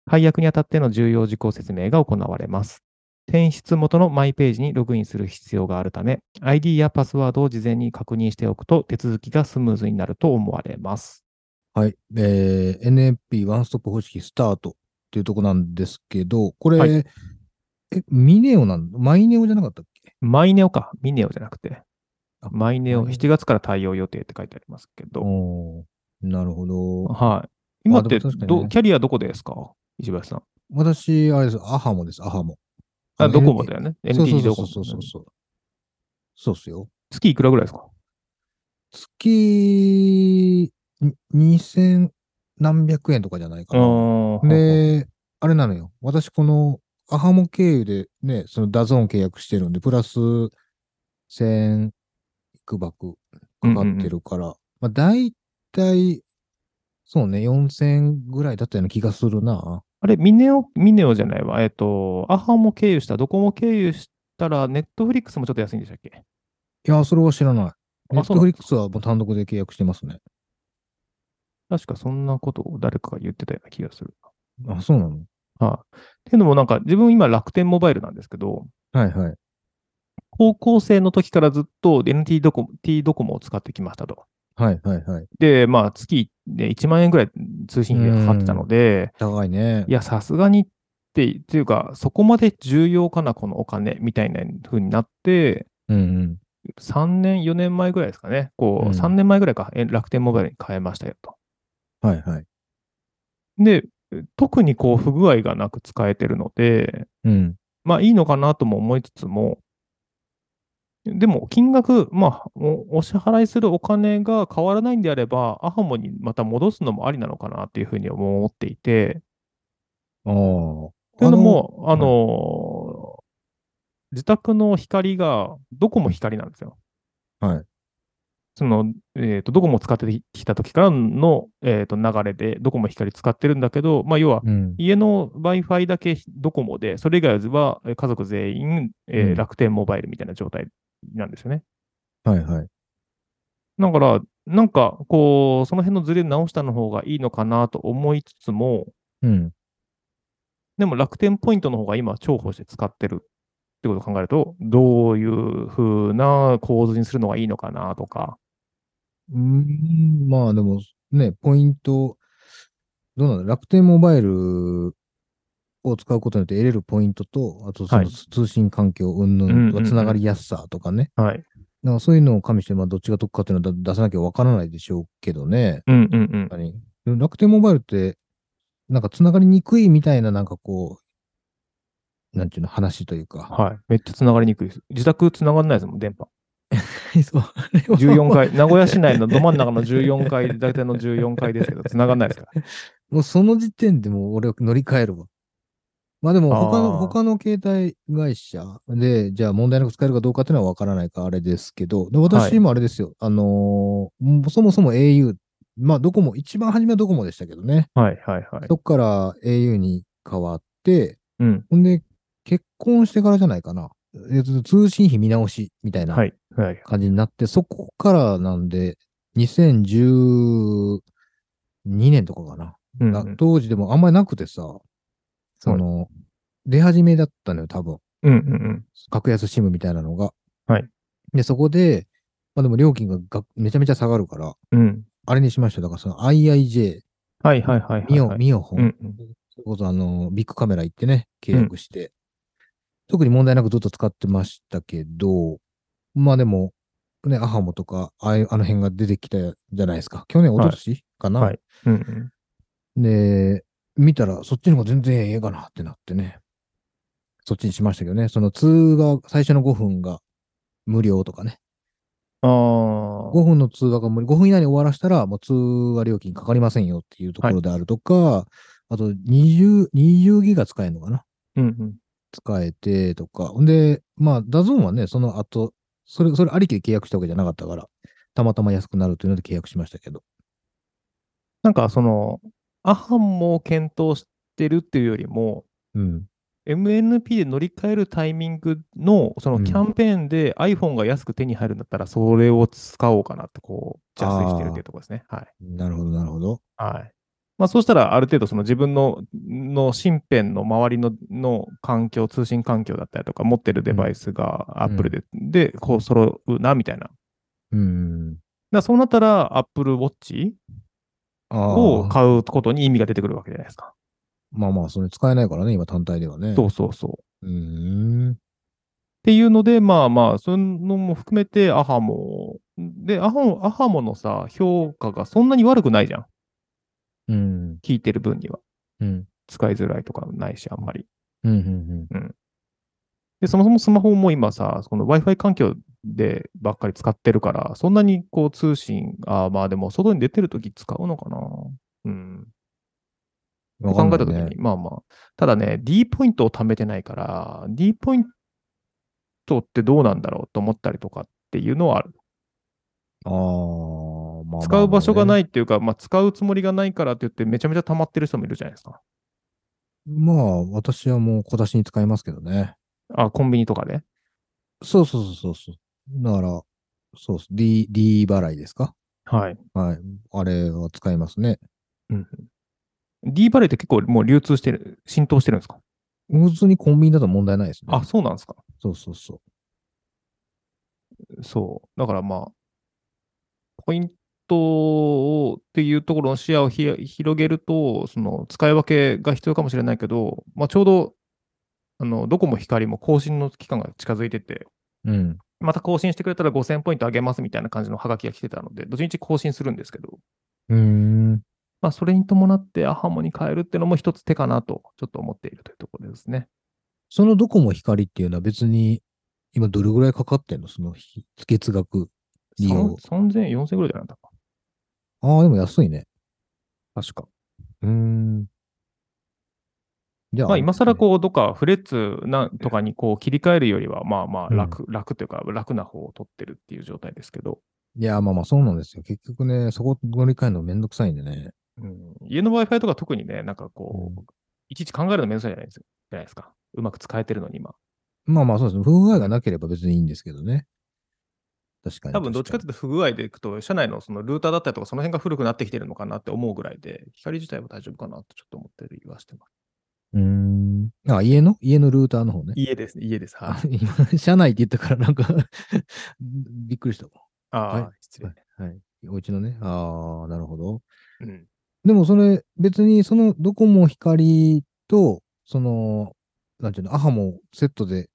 解約にあたっての重要事項説明が行われます。転出元のマイページにログインする必要があるため、ID やパスワードを事前に確認しておくと手続きがスムーズになると思われます。はい。えー、NFP ワンストップ方式スタートっていうとこなんですけど、これ、はいえ、ミネオなんマイネオじゃなかったっけマイネオか、ミネオじゃなくてあ。マイネマオ、イネオ7月から対応予定って書いてありますけど。おーなるほど。はい。今ってあでも確かにねど、キャリアどこですか石橋さん。私、あれです、アハモです、アハモ。あ、ドコモでだよね。そうそう NTT ドコモ。そうそうそう。そうっすよ。月いくらぐらいですか月、に2000何百円とかじゃないかな。あーで、あれなのよ。私、この、アハモ経由でね、そのダゾーン契約してるんで、プラス1000いくばくかかってるから、まあ大体、そうね、4000ぐらいだったような気がするな。あれ、ミネオ、ミネオじゃないわ。えっ、と、アハも経由した、ドコモ経由したら、ネットフリックスもちょっと安いんでしたっけいや、それは知らない。ネッあそトうなフんリックスはもう単独で契約してますね。確かそんなことを誰かが言ってたような気がする。あ、そうなのはい、っていうのもなんか、自分今楽天モバイルなんですけど、はいはい。高校生の時からずっと NT ドコモ T ドコモを使ってきましたと。はいはいはい。で、まあ、月で1万円ぐらい通信費がかかってたので、高いね。いや、さすがにって、っていうか、そこまで重要かな、このお金みたいな風になって、うんうん。 3年、4年前ぐらいですかね、こう、うん3年前ぐらいか、え楽天モバイルに変えましたよと。はいはい。で、特にこう、不具合がなく使えてるので、うん。まあいいのかなとも思いつつも、でも金額、まあお、お支払いするお金が変わらないんであれば、アハモにまた戻すのもありなのかなっていうふうに思っていて、ああ。というのあの、も、あのー自宅の光が、ドコモ光なんですよ。はい。その、えっ、と、ドコモ使ってきた時からの、えー、と流れで、ドコモ光使ってるんだけど、まあ、要は、うん。家の Wi-Fi だけドコモで、それ以外はえー家族全員、えーうん楽天モバイルみたいな状態なんですよね。はいはい。だから、なんか、こう、その辺のズレ直したの方がいいのかなと思いつつも、うん。でも楽天ポイントの方が今、重宝して使ってるってことを考えると、どういう風な構図にするのがいいのかなとか、うーん、まあでも、ね、ポイント、どうなんだ、楽天モバイルを使うことによって得れるポイントと、あとそはのい通信環境、云うん々うんとか、うんつながりやすさとかね。はい。なんかそういうのを加味して、まあどっちが得かっていうのは出出さなきゃわからないでしょうけどね。うんうんうん。やっぱりでも楽天モバイルって、なんかつながりにくいみたいな、なんかこう、なんていうの、話というか。はい。めっちゃ繋がりにくいです。自宅繋がんないですもん、電 波。 そうあれは14階、名古屋市内のど真ん中の14階、大体の14階ですけ ど、繋がんないですから。もうその時点でもう俺は乗り換えるわ。まあでも他の、あー他の携帯会社で、じゃあ問題なく使えるかどうかっていうのはわからないからあれですけど、で私もあれですよ、あのーもうそもそも au、まあドコモ、一番初めはドコモでしたけどね、 はいはいはい。そっから au に変わって、うん。ほんで結婚してからじゃないかな、えっと通信費見直しみたいなはいはい。感じになって、そこからなんで、2012年とかかな。うんうなん当時でもあんまりなくてさ、その、出始めだったのよ、多分。うんうん格安シムみたいなのが。はい。で、そこで、まあでも料金ががめちゃめちゃ下がるから、うん。うん。あれにしましたよ。だからその IIJ、はいはいはいはいはい。ミオ、ミオホン、うんうんそれこそあの、ビッグカメラ行ってね、契約して、特に問題なくずっと使ってましたけど、まあでも、ね、アハモとか、ああいうあの辺が出てきたじゃないですか。去年、一昨年かな、はいうんうん。で、見たら、そっちの方が全然ええかなってなってね。そっちにしましたけどね。その通話、最初の5分が無料とかね。ああ。 5分の通話が無料。5分以内に終わらせたら、もう通話料金かかりませんよっていうところであるとか、あと20、20ギガ使えるのかなうんうん。使えてとか。んで、まあ、ダゾーンはね、その後、それ、それありきで契約したわけじゃなかったから、たまたま安くなるというので契約しましたけど。なんかその、アハンも検討してるっていうよりも、うん。 MNP で乗り換えるタイミングの、そのうんキャンペーンで iPhone が安く手に入るんだったら、それを使おうかなって、こう、ジャスしてるっていうところですね。はい。なるほど、なるほど。はい。まあ、そうしたら、ある程度、その自分の、の身辺の周りの、の環境、通信環境だったりとか、持ってるデバイスがうん Apple で、で、こう揃うな、みたいな。だかうん。らそうなったら、Apple Watch ああを買うことに意味が出てくるわけじゃないですか。まあまあ、それ使えないからね、今単体ではね。そうそうそう。っうーん。ていうので、まあまあ、そういうのも含めて、アハモ。で、アハモ、アハモのさ、評価がそんなに悪くないじゃん。うん。聞いてる分には。うん。使いづらいとかないし、あんまり。うん。うん。で、そもそもスマホも今さ、この Wi-Fi 環境でばっかり使ってるから、そんなにこう通信、あーまあでも外に出てるとき使うのかな。ううん。んわか考んえなたいときねに、まあまあ。ただね、D ポイントを貯めてないから、D ポイントってどうなんだろうと思ったりとかっていうのはある。ああ、まあ。。使う場所がないいっていうか、まあ使うつもりがないからって言って、めちゃめちゃ溜まってる人もいるじゃないですか。まあ、私はもう小出しに使いますけどね。あ、コンビニとかで。そうそうそうそうそう。だから、そうっす。D、D 払いですかはい。はい。あれは使いますね。 D バレーって結構もう流通してる、浸透してるんですか普通にコンビニだと問題ないですね。あ、、そうなんですか。そうそうそそう。だからまあ、ポイントをっていうところの視野をひ広げると、その使い分けが必要かもしれないけど、まあ、ちょうど、あの、ドコモ光も更新の期間が近づいてて、うん。また更新してくれたら5000ポイントあげますみたいな感じのハガキが来てたので、どっちみち更新するんですけど、うーん。まあ、それに伴ってアハモに変えるっていうのも一つ手かなと、ちょっと思っているというところですね。そのドコモ光っていうのは別に、今どれぐらいかかってんのその日月額。利用3 3000、4000ぐらいじゃなかったかああ、でも安いね。な確か。うーん。じゃあ、まあ、今更こう、どっかフレッツなんとかにこう切り替えるよりは、まあまあうん楽、楽というか、楽な方を取ってるっていう状態ですけど、いや、まあまあ、そうなんですよ。結局ね、そこ乗り換えるのめんどくさいんでね。うん、家の Wi-Fi とか特にね、なんかこう、ういちいち考えるのめんどくさいじゃないですか。じゃないですかうまく使えてるのに今。まあまあ、そうですね。不具合がなければ別にいいんですけどね。確かに。多分どっちかというと不具合でいくと、社内のそのルーターだったりとか、その辺が古くなってきてるのかなって思うぐらいで、光自体は大丈夫かなとちょっと思ってる気はしてます。うーん。あ、家の家のルーターの方ね。家ですね、家です。はあい。今、社内って言ったからなんか、 びっくりした。ああ、はい失礼。はい。お家のね。ああ、なるほど。うん。でもそれ、別にそのドコモ光と、その、なんていうの、アハもセットで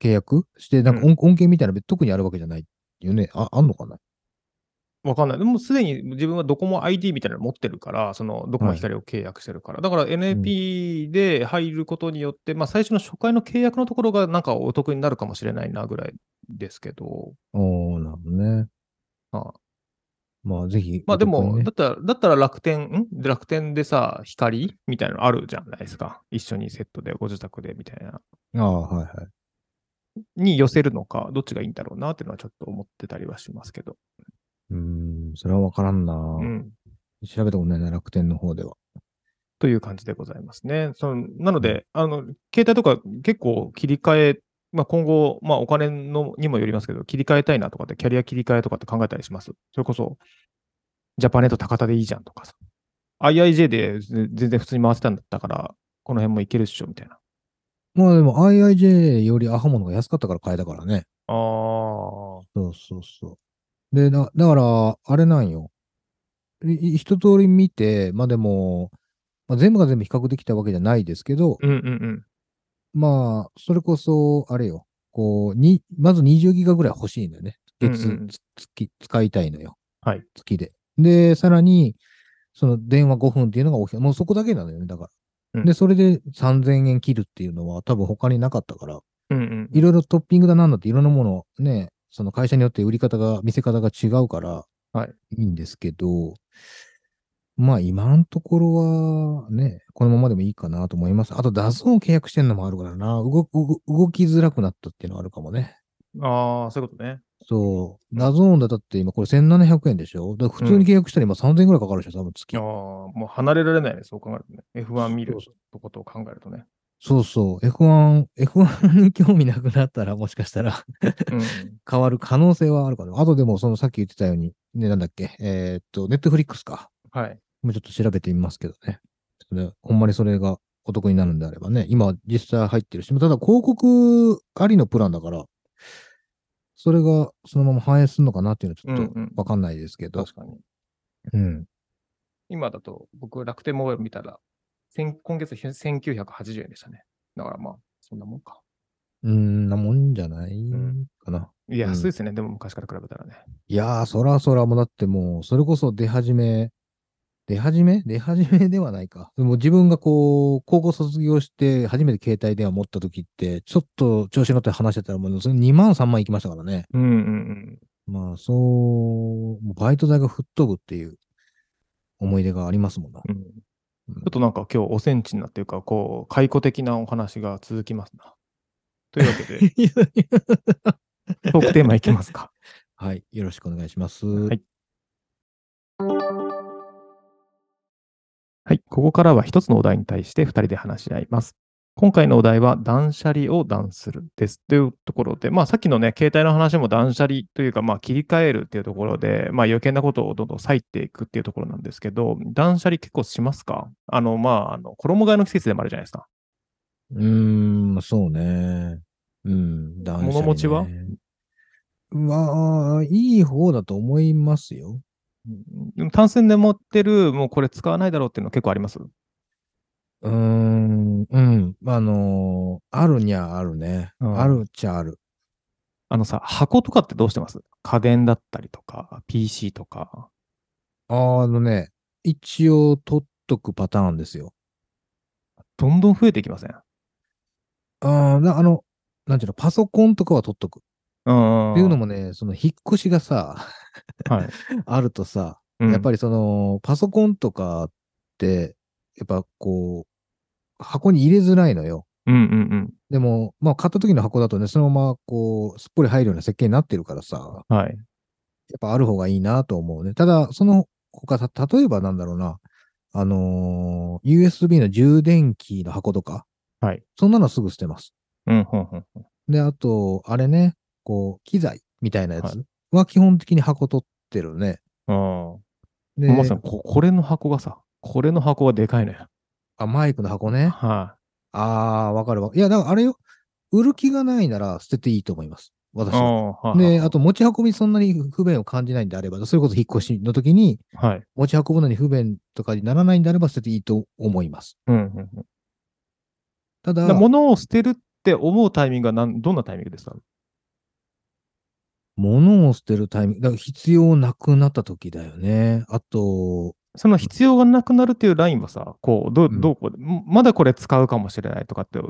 契約して、なんか恩,、恩恵みたいなの特にあるわけじゃないっていうね。あ、あんのかなわかんない。でもすでに自分はドコモ ID みたいなの持ってるから、そのドコモ光を契約してるから。だから NAP で入ることによって、まあ最初の初回の契約のところがなんかお得になるかもしれないなぐらいですけど。おー、なるほどね。あまあ、ぜひ。まあでお得も、にねだったら、だったら楽天、ん楽天でさ、光みたいなのあるじゃないですか。一緒にセットでご自宅でみたいな。ああ、はいはい。に寄せるのか、どっちがいいんだろうなっていうのはちょっと思ってたりはしますけど。うーん、それはわからんな、うん。調べたことないな、楽天の方では。という感じでございますね。そのなので、あの携帯とか結構切り替え、まあ、今後、まあ、お金のにもよりますけど、切り替えたいなとかって、キャリア切り替えとかって考えたりします。それこそ、ジャパネット高田でいいじゃんとかさ。IIJ で全全然普通に回ってたんだったから、この辺もいけるっしょみたいな。まあでも IIJ よりアハモのが安かったから買えたからね。ああ。そうそうそう。で、だだから、あれなんよ。いい一通り見て、まあでも、まあ、全部が全部比較できたわけじゃないですけど、うんうんうん。まあ、それこそ、あれよ。こう、に、まず20ギガぐらい欲しいんだよね。月、うんうんつ月、使いたいのよ。はい。月で。で、さらに、その電話5分っていうのが大きい。もうそこだけなのよね、だから。うんで、それで3000円切るっていうのは多分他になかったから、うんうん。いろいろトッピングだなんだっていろんなものね、その会社によって売り方が、見せ方が違うから、はいいいんですけど、まあ今のところはね、このままでもいいかなと思います。あと、ダゾーンを契約してんのもあるからな、動動動きづらくなったっていうのはあるかもね。ああ、そういうことね。そう。ダゾーンだだって今これ1700円でしょだから普通に契約したら今3000円ぐらいかかるでしょ、多分月。ああ、もう離れられないね、そう考えるとね。F1 見るそうそとことを考えるとね。そうそう。F1、F1 に興味なくなったらもしかしたらうんうん、変わる可能性はあるかな。あとでもそのさっき言ってたように、ね、なんだっけ、えーっと、ネットフリックスか。はい。もうちょっと調べてみますけどね。ちょっとねほんまにそれがお得になるんであればね。今実際入ってるし、ただ広告ありのプランだから、それがそのまま反映するのかなっていうのはちょっうんうんとわかんないですけど。確かに。うん。今だと、僕、楽天モバイル見たら、先今月1980円でしたね。だからまあ、そんなもんか。うんなもんじゃないんかな。いや安いですね、でも昔から比べたらね。いやー、そらそらもうだってもう、それこそ出始め、出始め出始めではないか。でも自分がこう、高校卒業して初めて携帯電話持った時って、ちょっと調子乗って話してたらもうそれ2万3万いきましたからね。うんうんまあそう、もうバイト代が吹っ飛ぶっていう思い出がありますもんな。うん。ちょっとなんか今日おセンチになっていうか、こう、解雇的なお話が続きますな。というわけで、 トークテーマいきますか。はい、よろしくお願いします。はいはい、ここからは一つのお題に対して二人で話し合います。今回のお題は断捨離を断するですというところで、まあさっきのね、携帯の話も断捨離というか、まあ切り替えるっていうところで、まあ余計なことをどんどん割いていくっていうところなんですけど、断捨離結構しますかあの、まあ、あの衣替えの季節でもあるじゃないですか。うーん、そうね。うん、断捨離ね物持ちはまあ、いい方だと思いますよ。でも単線で持ってる、もうこれ使わないだろうっていうの結構ありますうーん、うん。あのーあるにはあるね。うんあるっちゃある。あのさ、箱とかってどうしてます家電だったりとか、PC とか。あのね、一応取っとくパターンですよ。どんどん増えていきませんあーなあの、なんていうの、パソコンとかは取っとく。うん。っていうのもも、ね、その引っ越しがさ、はい あるとさ、うんやっぱりその、パソコンとかって、やっぱこう、箱に入れづらいのよ。うんうんでも、まあ買った時の箱だとね、そのままこう、すっぽり入るような設計になってるからさ、うん。はい。やっぱある方がいいなと思うね。ただ、その他、た例えばなんだろうな、あのー USB の充電器の箱とか、はい。そんなのすぐ捨てます。うん、ほんほんほん。で、あと、あれね、こう、機材みたいなやはつは基本的に箱取ってるね。うんで、まさにこ、これの箱がさ、これの箱はでかいのよ。あ、マイクの箱ね。はあー、わかるわ。いや、だからあれよ、売る気がないなら捨てていいと思います。い。私は。あで、あと持ち運びそんなに不便を感じないんであれば、それこそ引っ越しの時にはい。持ち運ぶのに不便とかにならないんであれば捨てていいと思います。うんうんうん。ただだ、から物を捨てるって思うタイミングはなんどんなタイミングですか物を捨てるタイミング、だから必要なくなった時だよね。あと、その必要がなくなるっていうラインはさ、こう、どううんどうこう、まだこれ使うかもしれないとかって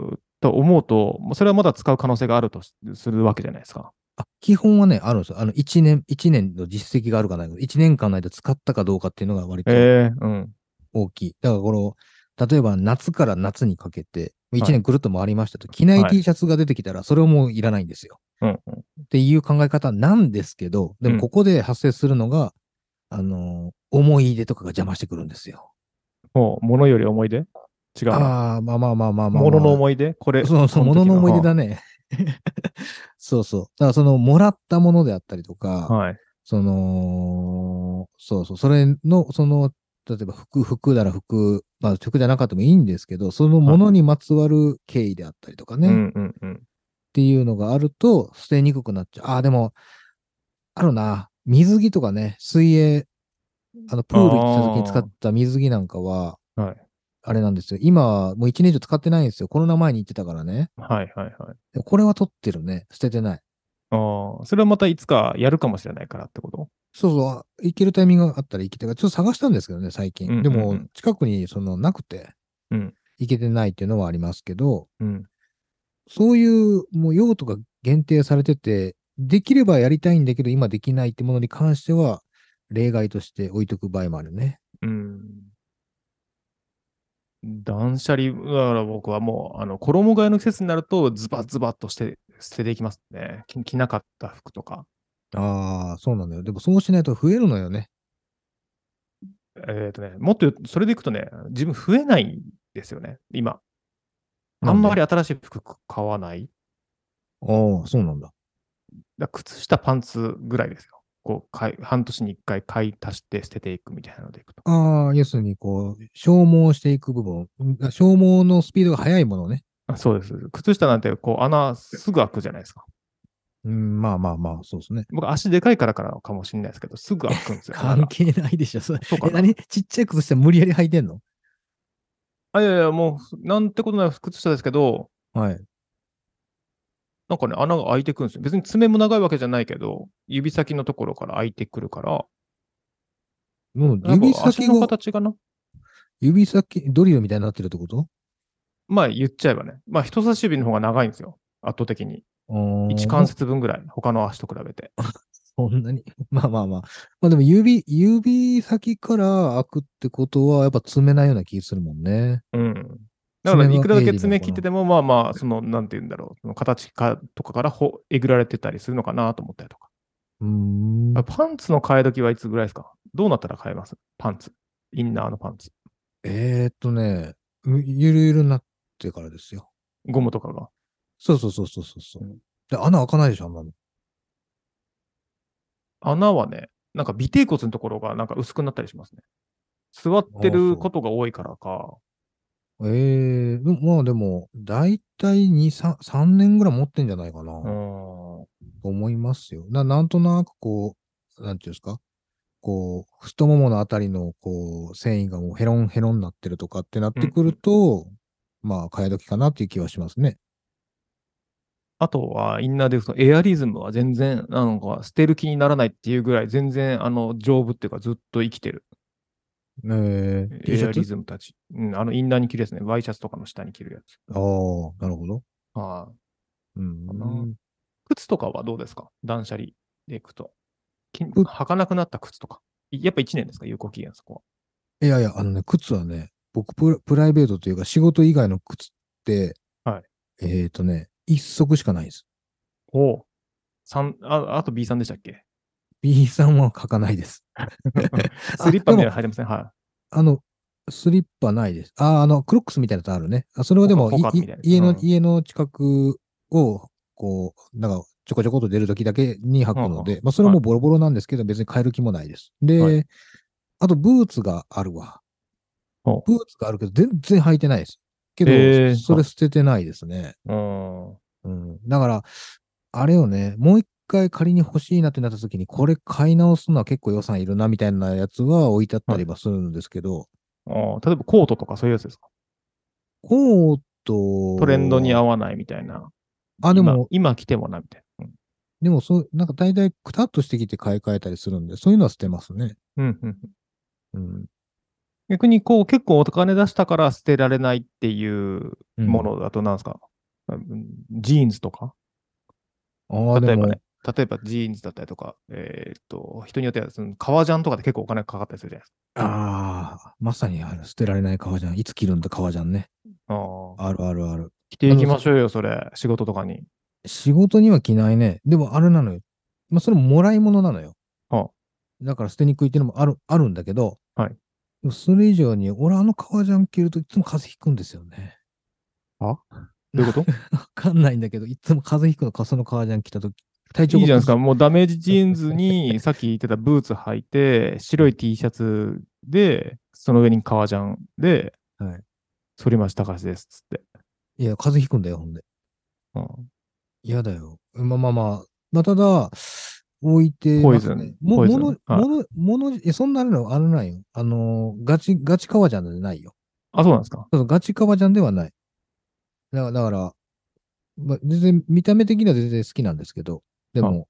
と思うと、それはまだ使う可能性があるとしするわけじゃないですか。あ基本はね、あるんですよ。あの、1年、一年の実績があるかないか、1年間の間使ったかどうかっていうのが割とええうん。大きい。だからこの、例えば夏から夏にかけて、い1年ぐるっと回りましたと、着ないはい T シャツが出てきたら、それをもういらないんですよ。うんうっていう考え方なんですけど、でうんもここで発生するのが、あの、思い出とかが邪魔してくるんですよ。もう、物より思い出違うな。ああ、まあまあまあまあまあ、まあ。物の思い出これ。そうそう、こもの時の思い出だね。 そうそう。だからその、もらったものであったりとか、はい。その、そうそう、それの、その、例えば服、服なら服、まあ服じゃなかったもいいんですけど、そのものにまつわる経緯であったりとかね、うっんうんうん。ていうのがあると、捨てにくくなっちゃう。ああ、でも、あるな。水着とかね、水泳、あの、プール行った時に使った水着なんかは、はい。あれなんですよ。今、もう一年以上使ってないんですよ。コロナ前に行ってたからね。はいはいはい。これは取ってるね。捨ててない。ああ、それはまたいつかやるかもしれないからってことそうそう、行けるタイミングがあったら行きたいから、ちょっと探したんですけどね、最近。うんうんうんでも、近くにそのなくて、うん行けてないっていうのはありますけど、うん。そういうもう用途が限定されてて、できればやりたいんだけど、今できないってものに関しては、例外として置いとく場合もあるね。うん。断捨離、だから僕はもう、あの、衣替えの季節になると、ズバズバっとして、捨てていきますね。着着なかった服とか。ああ、そうなんだよ。でもそうしないと増えるのよね。えっ、とね、もっと言うそれでいくとね、自分増えないんですよね、今。あんまりあ新しい服買わない。あー、そうなんだ。だから靴下、パンツぐらいですよ。こう、買い半年に一回買い足して捨てていくみたいなのでいくと。ああ、要するに、こう、消耗していく部分、うん消耗のスピードが速いものをね。あそうです。靴下なんて、こう、穴すぐ開くじゃないですか。うん、まあまあまあ、そうですね。僕、足でかいからからかもしれないですけど、すぐ開くんですよ。 関係ないでしょ、そ れ。そうかえ、な何ちっちゃい靴下無理やり履いてんのあ、いやいや、もう、なんてことない靴下ですけど、はい。なんかね、穴が開いてくるんですよ。別に爪も長いわけじゃないけど、指先のところから開いてくるから、もうなんか指先足のが、形かな。指先、ドリルみたいになってるってことまあ、言っちゃえばね。まあ、人差し指の方が長いんですよ。圧倒的に。一1関節分ぐらい、他の足と比べて。そんなに。 まあまあまあ。まあでも指、指先から開くってことは、やっぱ爪ないような気するもんね。うん。だから、爪いはくらだ鋭利なのかけな爪切ってても、まあまあ、その、なんて言うんだろう、その形かとかからほえぐられてたりするのかなと思ったりとか。うーん。あパンツの替え時はいつぐらいですかどうなったら替えますパンツ。インナーのパンツ。えーっとね、うゆるゆるになってからですよ。ゴムとかが。そうそうそうそうそうそううん。で、穴開かないでしょ、あんなの。穴はね、なんか尾低骨のところがなんか薄くなったりしますね。座ってああそるうことが多いからか。ええまあでも、だいたい2、3、3年ぐらい持ってんじゃないかな。うん。思いますよ。ななんとなくこう、なんていうんですか、こう、太もものあたりのこう繊維がもうヘロンヘロンになってるとかってなってくると、まあ、替え時かなっていう気はしますね。あとは、インナーで言うと、エアリズムは全然、なんか、捨てる気にならないっていうぐらい、全然、あの、丈夫っていうか、ずっと生きてる。えー、T エシアャリツズムたち。うん、あの、インナーに着るやつね。ワイシャツとかの下に着るやつ。ああ、なるほど。はいうんかな。靴とかはどうですか断捨離でいくと。きう履かなくなった靴とか。いやっぱ1年ですか有効期限そこいやいや、あのね、靴はね、僕プ、プライベートというか、仕事以外の靴って、はいえっ、とね、一足しかないです。は。お三ああと B さんでしたっけ B さんは書かないです。 スリッパみたいあでもなの履いてませんはあの、スリッパないです。あ、あの、クロックスみたいなのあるね。あそれはでも、ポいカポカみたいいな家の、うん家の近くを、こう、なんか、ちょこちょこと出るときだけに履くので、まあ、それはもうボロボロなんですけど、別に変える気もないです。で、はあと、ブーツがあるわ。ブほーツがあるけど、全然履いてないです。けど、へーそれ捨ててないですね。い。うん。うん。だから、あれよね、もう一回仮に欲しいなってなった時に、これ買い直すのは結構予算いるなみたいなやつは置いてあったりはするんですけど、あー例えばコートとかそういうやつですかコート、トレンドに合わないみたいな。あ、でも、今今着てもなみたいな。でもそう、なんか大体くたっとしてきて買い替えたりするんで、そういうのは捨てますね。うんうんうん、うん。逆にこう結構お金出したから捨てられないっていううんも。のだとなんですか、うんジーンズとかああ、例でえばも、ね、例えばジーンズだったりとか、えーっと、人によっては、その革ジャンとかで結構お金かかったりするじゃないですああ、まさにある捨てられない革じゃん。いつ着るんだ革じゃんね。か。ああ。あるあるある。着ていきましょうよ、それ。仕事とか に。仕事には着ないね。でもあれなのよ。まあ、それももらい物なのよ。はだから捨てにくいっていうのもある、あるんだけど、はいでもそれ以上に、俺あの革ジャン着るといつも風邪ひくんですよね。 どういうことわかんないんだけど、いつも風邪ひくのか、その革ジャン着たとき。体調いいじゃないですか。僕もうダメージジーンズに、さっき言ってたブーツ履いて、白い T シャツで、その上に革ジャンで、はい反町隆史です、つって。いや、風邪ひくんだよ、ほんで。うん嫌だよ。まあまあまあ。まあ、ただ、置いてますね、ポも、イズンポイズンもの、はいもの、もの、いや、そんなのあれないよ。あのー、ガチ、ガチ革ジャンじゃないよ。あ、そうなんですか。そうそうガチ革ジャンではない。だから、だからまあ、全然、見た目的には全然好きなんですけど、でも、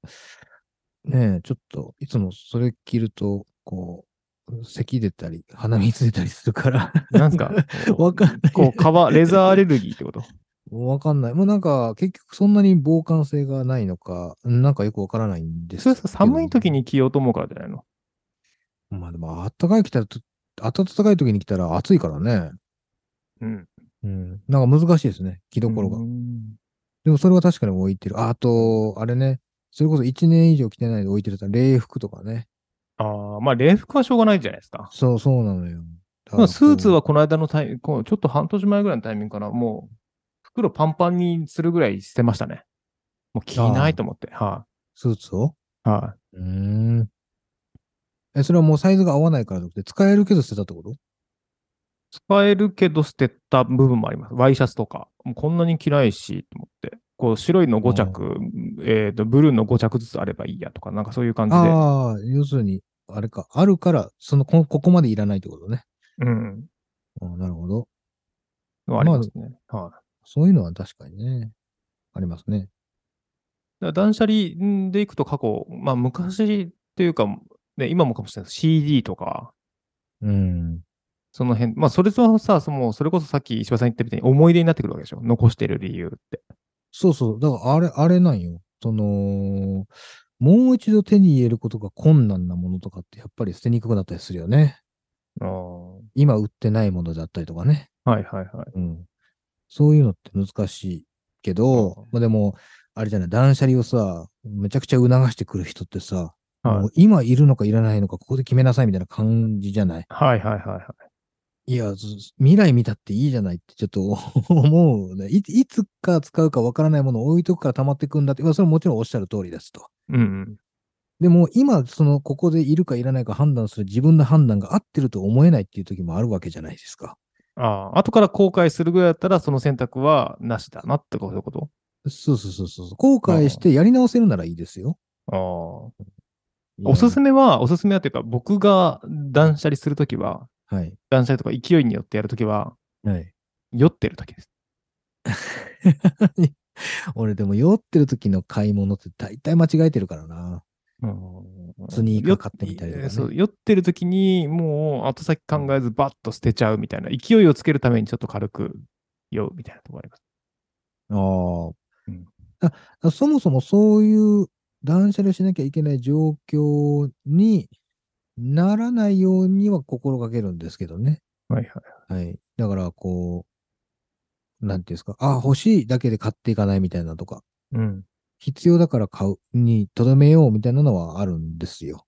ねえ、ちょっと、いつもそれ着ると、こう、咳出たり、鼻水出たりするから、 なんですかわかんないこう、革、レザーアレルギーってことわかんない。もうなんか、結局そんなに防寒性がないのか、なんかよくわからないん ですそれさ寒い時に。に着ようと思うからじゃないのまあでも、あったかい来たらと、暖かい時に来たら暑いからね。うん。うん。なんか難しいですね、着どころが。うんでもそれは確かに置いてる。ああと、あれね、それこそ1年以上着てないで置いてると、冷服とかね。ああ、まあ、礼服はしょうがないじゃないですか。そう、そうなのよ。だからまあスーツはここの間のタイミング、こうちょっと半年前ぐらいのタイミングかな、もう、袋パンパンにするぐらいしてましたね。もう着ないと思って。はうスーツをい、はうーん。え、それはもうサイズが合わないからじゃなくて、使えるけど捨てたってことい使えるけど捨てた部分もあります。ワイシャツとか。もうこんなに着ないし、と思って。こう、白いの5着、えっ、と、ブルーの5着ずつあればいいやとか、なんかそういう感じで。ああ、要するに、あれか、あるから、そのこ、ここまでいらないってことね。うん。うん、なるほど。ありますね。はい。そういうのは確かにね、ありますね。だから断捨離んでいくと過去、まあ昔っていうか、ね、今もかもしれないです CD とか、うん。その辺、まあそれとさ、そのそれこそさっき石破さん言ったみたいに思い出になってくるわけでしょ。残してる理由って。そうそう。だから、あれ、あれなんよ。その、もう一度手に入れることが困難なものとかって、やっぱり捨てにくくなったりするよね。ああ。は今売ってないものだったりとかね。いはいはい。うん。そういうのって難しいけど、まあでも、あれじゃない、断捨離をさ、めちゃくちゃ促してくる人ってさ、はいもう今いるのかいらないのか、ここで決めなさいみたいな感じじゃないはいはいはいはい。いや、ず未来見たっていいじゃないってちょっと 思うね。いいつか使うかわからないものを置いとくから溜まってくんだって、まあそれはもちろんおっしゃる通りですと。うんうん。でも今、その、ここでいるかいらないか判断する自分の判断が合ってると思えないっていう時もあるわけじゃないですか。ああ。後から後悔するぐらいだったら、その選択はなしだなってことそういうことそうそうそうそう。後悔してやり直せるならいいですよ。ああ。おすすめは、おすすめはというか、僕が断捨離するときは、め。はい。断捨離とか勢いによってやるときは、はい。酔ってるときです。俺でも酔ってる時の買い物って大体間違えてるからな。スニーカー買ってみたりとかね酔っそう酔ってるときに、もう後先考えずバッと捨てちゃうみたいな、勢いをつけるためにちょっと軽く酔うみたいなところあります。あうんあ。あそもそもそういう断捨離をしなきゃいけない状況にならないようには心がけるんですけどね。はいはい。はい。だから、こう、なんていうんですか、あ、欲しいだけで買っていかないみたいなとか、うん。必要だから買うにとどめようみたいなのはあるんですよ。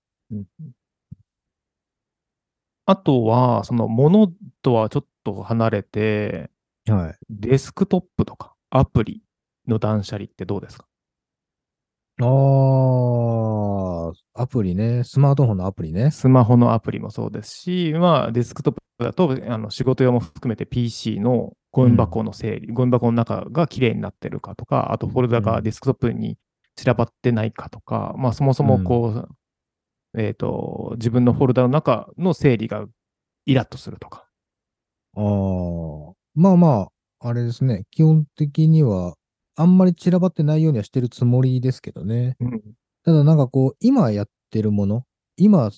あとは、その物とはちょっと離れて、はい。デスクトップとかアプリの断捨離ってどうですかああ、アプリね、スマートフォンのアプリね。スマホのアプリもそうですし、まあ、デスクトップだとあの仕事用も含めて PC のゴミ箱の整理、ゴミ箱の中が綺麗になってるかとか、あとフォルダうがんデスクトップに散らばってないかとか、まあ、そもそもこう、えっ、と、自分のフォルダの中の整理がイラッとするとか。ああ、まあまあ、あれですね、基本的には、あんまり散らばってないようにはしてるつもりですけどね。うん、ただなんかこう、今やってるもの、今、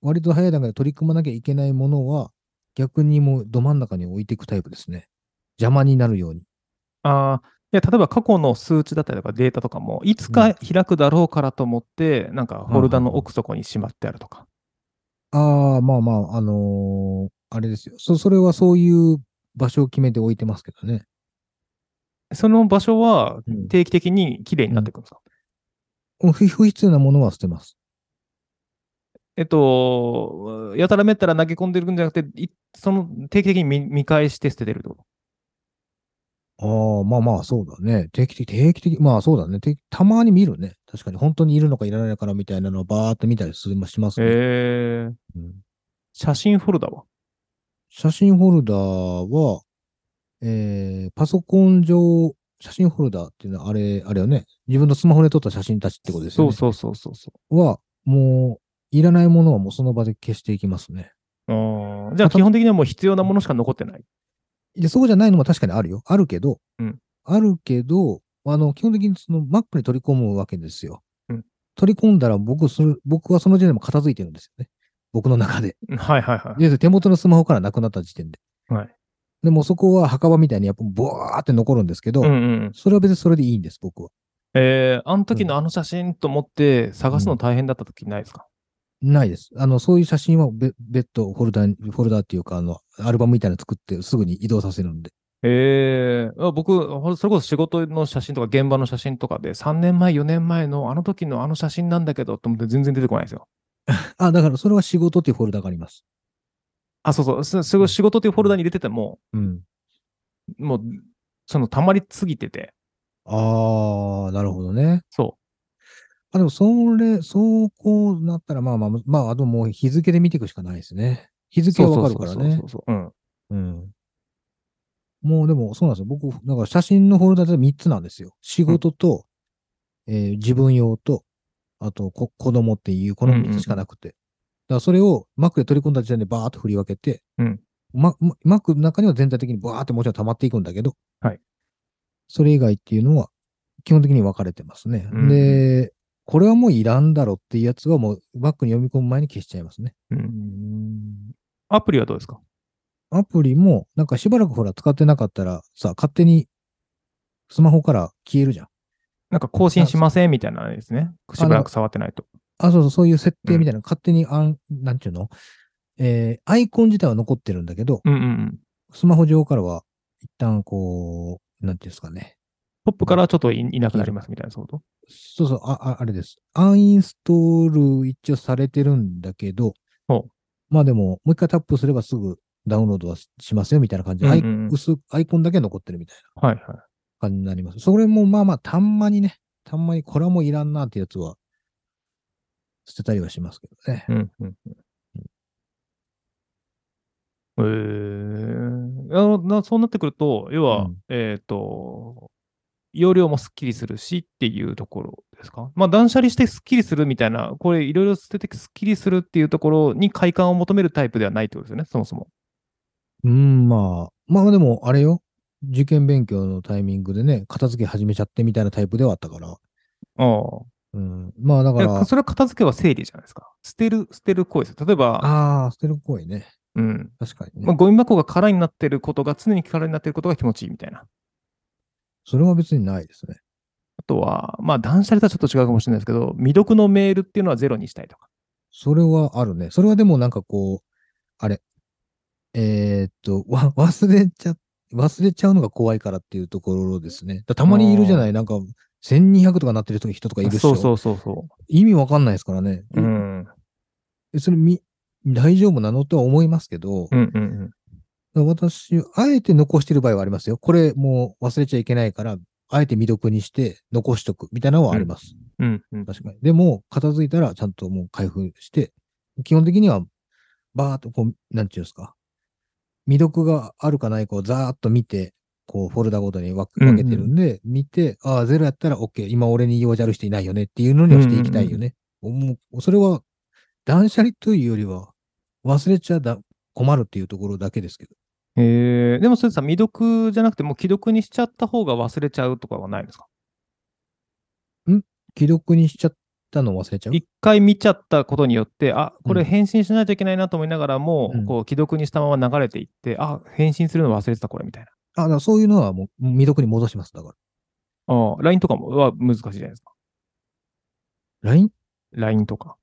割と早い段階で取り組まなきゃいけないものは、逆にもうど真ん中に置いていくタイプですね。邪魔になるように。ああ、いや、例えば過去の数値だったりとかデータとかも、いつか開くだろうからと思って、なんかフォルダの奥底にしまってあるとか。ああ、まあまあ、あのーあれですよ。そ、それはそういう場所を決めて置いてますけどね。その場所はうん定期的に綺麗になっていくんですか、不不必要なものは捨てます。えっと、やたらめったら投げ込んでるんじゃなくて、いその定期的に見見返して捨ててるってことああ、まあまあ、そうだね。定期的、定期的、まあそうだね。定期たまに見るね。確かに、本当にいるのかいらないのからみたいなのをバーって見たりすしますね、へえうん写真フォルダは写真フォルダは、えー、パソコン上、写真フォルダっていうのは、あれ、あれよね。自分のスマホで撮った写真たちってことですよね。そうそうそうそうは、もう、いらないものはもうその場で消していきますね。うあー。じゃあ基本的にはもう必要なものしか残ってない。いや、そうじゃないのも確かにあるよ。あるけど、うんあるけど、あの、基本的にその Mac に取り込むわけですよ。うん取り込んだら僕それ、僕はその時点でも片付いてるんですよね。僕の中で。はいはいはい。で、手元のスマホからなくなった時点で。はい。でもうそこは墓場みたいにやっぱボワーって残るんですけど、うんうん。それは別にそれでいいんです、僕は。えー、あの時のあの写真と思って探すの大変だった時ないですか、ないです。あの、そういう写真はべ別途フォルダに、フォルダっていうか、あの、アルバムみたいなの作ってすぐに移動させるんで。えー、あ僕、ほそれこそ仕事の写真とか現場の写真とかで3年前、4年前のあの時のあの写真なんだけどと思って全然出てこないんですよ。あ、だからそれは仕事っていうフォルダがあります。あ、そうそうす、すごい仕事というフォルダに入れてても、うん。もう、その溜まりすぎてて、あー、なるほどね。そあ、でも、それ、そうこうなったら、まあまあ、まあ、あともう日付で見ていくしかないですね。日う。付はわかるそかうそらうねそうそ。うそう。うん。うん。もうでも、そうなんですよ。僕、だから写真のフォルダで3つなんですよ。仕事と、えー自分用と、あとこ、子供っていう、このうんうんうん3つしかなくて。だから、それを Mac で取り込んだ時点でバーッと振り分けて、うんま、ま Mac の中には全体的にバーッてもちろん溜まっていくんだけど、はい。それ以外っていうのは、基本的に分かれてますね。うんで、これはもういらんだろっていうやつはもう Mac に読み込む前に消しちゃいますね。うん、アプリはどうですかアプリも、なんかしばらくほら使ってなかったらさ、勝手にスマホから消えるじゃん。なんか更新しませんみたいなのですね。しばらく触ってないと。あ、そうそう、そういう設定みたいな、勝手にあん、なんていうのえーアイコン自体は残ってるんだけど、うんうんうん。スマホ上からは一旦こう、なんていうんですかね。トップからちょっといいなくなりますみたいな、そういうこそうそう、あ、ああれです。アンインストール一応されてるんだけどほう、まあでも、もう一回タップすればすぐダウンロードはしますよみたいな感じうで、アんうイんうん薄アイコンだけ残ってるみたいな。とはいはい。感じになります。それもまあまあ、たんまにね、たんまにこれはもういらんなってやつは、捨てたりはしますけどね。うんうんうん。えー、あのなそうなってくると、要は、うんえっ、と、容量もすっきりするしっていうところですか。まあ、断捨離してすっきりするみたいな、これいろいろ捨ててすっきりするっていうところに快感を求めるタイプではないってことですよね、そもそも。うん、まあ、まあでも、あれよ。受験勉強のタイミングでね、片付け始めちゃってみたいなタイプではあったから。あうん。まあだかあ。ら、それは片付けは整理じゃないですか。捨てる、捨てる行為です。例えば、ああ、捨てる行為ね。うん。確かにね。まあ、ゴミ箱が空になってることが、常に空になってることが気持ちいいみたいな。それは別にないですね。あとは、まあ、断捨離とはちょっと違うかもしれないですけど、未読のメールっていうのはゼロにしたいとか。それはあるね。それはでもなんかこう、あれ。えーっと、 わ、忘れちゃ、忘れちゃうのが怖いからっていうところですね。だたまにいるじゃないなんか、1200とかなってる人人とかいるっしそょ。うそうそうそ意味わかんないですからね。う。うん。えそれみ、大丈夫なのとは思いますけど、うんうんうん。私、あえて残してる場合はありますよ。これもう忘れちゃいけないから、あえて未読にして残しとくみたいなのはあります。うんうん、確かに。でも、片付いたらちゃんともう開封して、基本的には、バーっとこう、なんていうんですか、未読があるかないかをざーっと見て、こう、フォルダごとに分け分けてるんで、見て、ああ、ゼロやったら OK、今俺に用事ある人いないよねっていうのにはしていきたいよね。もう、それは、断捨離というよりは、忘れちゃだ困るっていうところだけですけど。えー、でもそれさ、未読じゃなくて、もう既読にしちゃった方が忘れちゃうとかはないですか既読にしちゃったの忘れちゃう一回見ちゃったことによって、あこうれん返信しないといけないなと思いながらも、うんこう既読にしたまま流れていって、あ返信するの忘れてた、これみたいな。あ、だからそういうのはもう未読に戻します。だから。ああ LINE とかもは難しいじゃないですか。 LINE? LINE とか。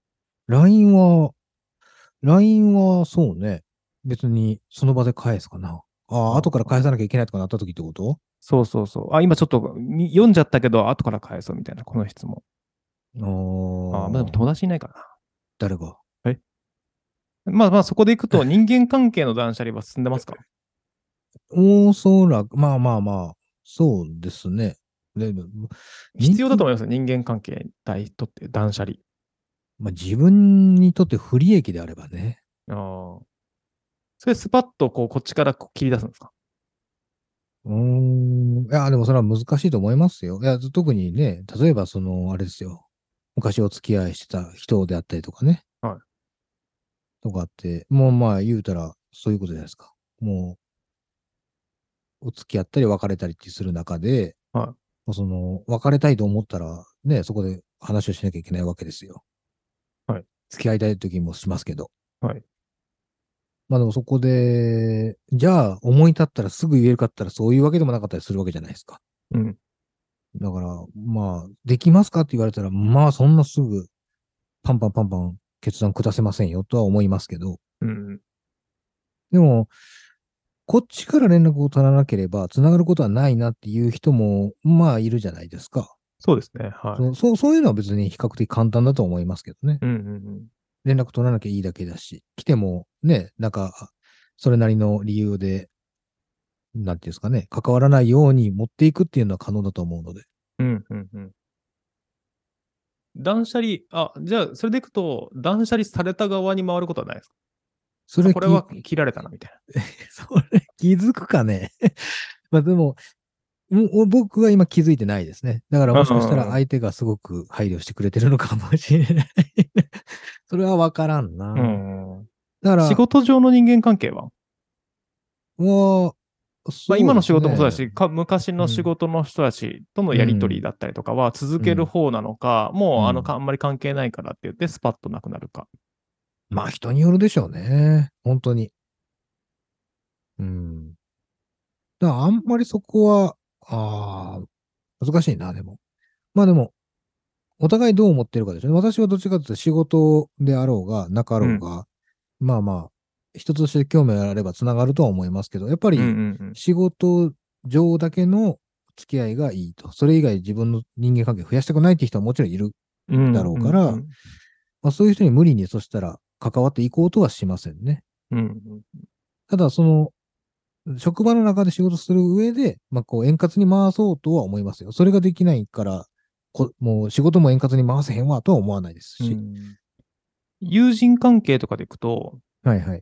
LINE は、LINE はそうね。別にその場で返すかな。ああ、後から返さなきゃいけないとかなった時ってことそうそうそう。あ、今ちょっとみ読んじゃったけど、後から返そうみたいな、この質問。あああ、まあ、でも友達いないから誰がな。まあまあ、そこでいく と、人間関係の断捨離は進んでますかおそらく、まあまあまあ、そうですね。でも必要だと思いますよ、人間関係に対とって断捨離。まあ、自分にとって不利益であればね。ああ。それスパッとこうこっちからこう切り出すんですかうーん。いや、でもそれは難しいと思いますよ。いや、特にね、例えばその、あれですよ。昔お付き合いしてた人であったりとかね。はいとかって、もうまあ言うたら、そういうことじゃないですか。もう、お付き合ったり別れたりってする中で、はいもうその、別れたいと思ったら、ね、そこで話をしなきゃいけないわけですよ。はい。付き合いたい時もしますけど。はい。まあでもそこで、じゃあ思い立ったらすぐ言えるかって言ったらそういうわけでもなかったりするわけじゃないですか。うん。だから、まあ、できますかって言われたら、まあそんなすぐ、パンパンパンパン決断下せませんよとは思いますけど、うん。でも、こっちから連絡を取らなければ、繋がることはないなっていう人も、まあいるじゃないですか。そうですね。はい。そうそうそういうのは別に比較的簡単だと思いますけどね。うんうん連絡取らなきゃいいだけだし、来てもね、なんか、あそれなりの理由で、なんていうんですかね、関わらないように持っていくっていうのは可能だと思うので。うん。うんうんうん。断捨離、あ、じゃあ、それでいくと、断捨離された側に回ることはないですかそれあこれはき切られたな、みたい それ気づくかね。 まあでも、もう僕は今気づいてないですね。だからもしかしたうんうんうらん相手がすごく配慮してくれてるのかもしれない。 それはわからんな。な。うんうんだから、仕事上の人間関係は、は、まあ、今の仕事もそうだそうですし、か昔の仕事の人たちとのやりとりだったりとかは続ける方なのか、もうあのかあんまり関係ないからって言って、スパッとなくなるか。ね、まあ人によるでしょうね。本当に。うん。だからあんまりそこは、ああ、難しいな、でも。まあでも、お互いどう思ってるかでしょうね。私はどっちかというと仕事であろうが、なかろうが、まあまあ、人として興味があればつながるとは思いますけど、やっぱうんうりんうん仕事上だけの付き合いがいいと。それ以外自分の人間関係増やしたくないって人はもちろんいる。うんだろうからうんまあそういう人に無理にそしたら関わっていこうとはしませんね。うんうんただ、その、職場の中で仕事する上で、まあ、こう、円滑に回そうとは思いますよ。それができないから、こもう仕事も円滑に回せへんわとは思わないですし。うん友人関係とかでいくと、はいはい。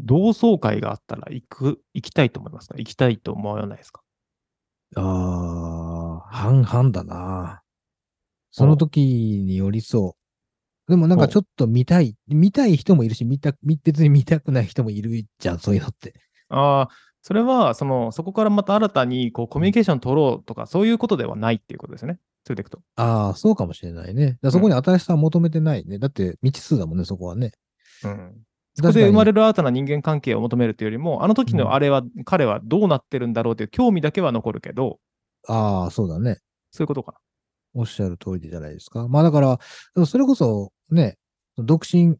同窓会があったら行く、行きたいと思いますか行きたいと思わないですかあ半々だな。その時によりそう。でもなんかちょっと見たい、見たい人もいるし、見た、見別に見たくない人もいるじゃん、そういうのって。ああ、それはそのそこからまた新たにこうコミュニケーション取ろうとか、そういうことではないっていうことですね。それでいくと。ああ、そうかもしれないね。だからそこに新しさは求めてないね。だって未知数だもんね、そこはね。うん、そこで生まる。れる新たな人間関係を求めるというよりも、あの時のあれは、彼はどうなってるんだろうという興味だけは残るけど、ああ、そうだね。そういうことかおっしゃる通りじゃないですか。まあだから、でもそれこそね、独身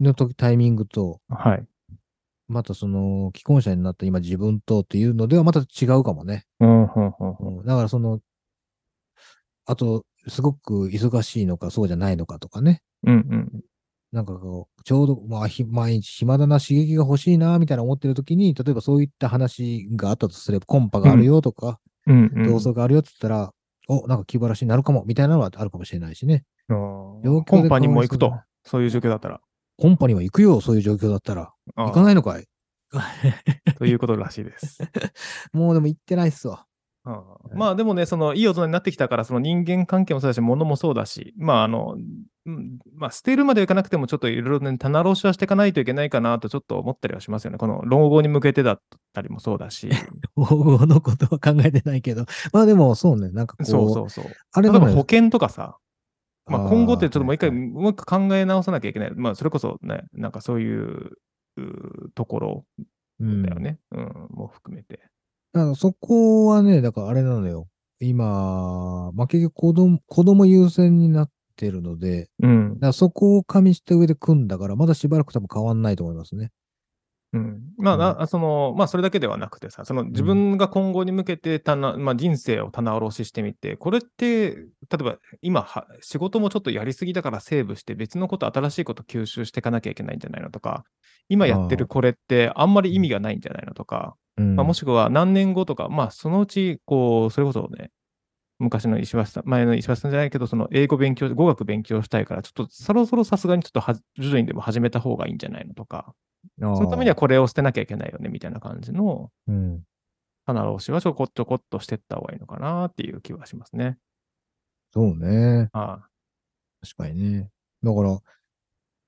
の時タイミングと、な。はい。またその既婚者になった今自分とっていうのではまた違うかもね。うん、うん、うん。うんだからその、あと、すごく忙しいのかそうじゃないのかとかね。うん、なんかこう、ちょうど、まあ、ひ毎日暇だな、刺激が欲しいな、みたいな思ってる時に、例えばそういった話があったとすれば、コンパがあるよとか、うん。う同ん、うん。窓があるよって言ったら、お、なんか気晴らしになるかも、みたいなのはあるかもしれないしね。あー状況でコンパにも行く変とわり、そういう状況だったら。コンパには行くよ、そういう状況だったら。行行かないのかいということらし いです。もうでも行ってないっすわ。 うんまあでもね、そのいい大人になってきたから、その人間関係もそうだし、物もそうだし、まああの、うんまあ、捨てるまではいかなくても、ちょっといろいろね、棚卸しはしていかないといけないかなと、ちょっと思ったりはしますよね。この老後に向けてだったりもそう だし、黄金のことは考えてないけど。 まあでも、そうね、なんかこう、そうそうそう。あれ例えだばも保険とかさ、まあ、今後ってちょっともう一回、はいもう一回考え直さなきゃいけない。まあ、それこそね、なんかそういううところうんだよね、うん、もう含めて。だからそこはね、だからあれなのよ。今、まあ、結局子供、子供優先になってるので、うんだか。らそこを加味した上で組んだから、まだしばらく多分変わんないと思いますね。うん、まあ、なその、まあ、それだけではなくてさ、その自分が今後に向けて棚、まあ、人生を棚卸ししてみて、これって、例えば今は、仕事もちょっとやりすぎだからセーブして、別のこと、新しいこと吸収していかなきゃいけないんじゃないのとか、今やってるこれって、あんまり意味がないんじゃないのとか、うんまあ、もしくは何年後とか、まあ、そのうち、こう、それこそね、昔の石橋さん、前の石橋さんじゃないけど、その英語勉強、語学勉強したいから、ちょっとそろそろさすがにちょっとは徐々にでも始めた方がいいんじゃないのとか、そのためには、これを捨てなきゃいけないよねみたいな感じの、あーうん花卸しはちょこちょこっとしてった方がいいのかなっていう気はしますね。そうね。あ確かにね。だから、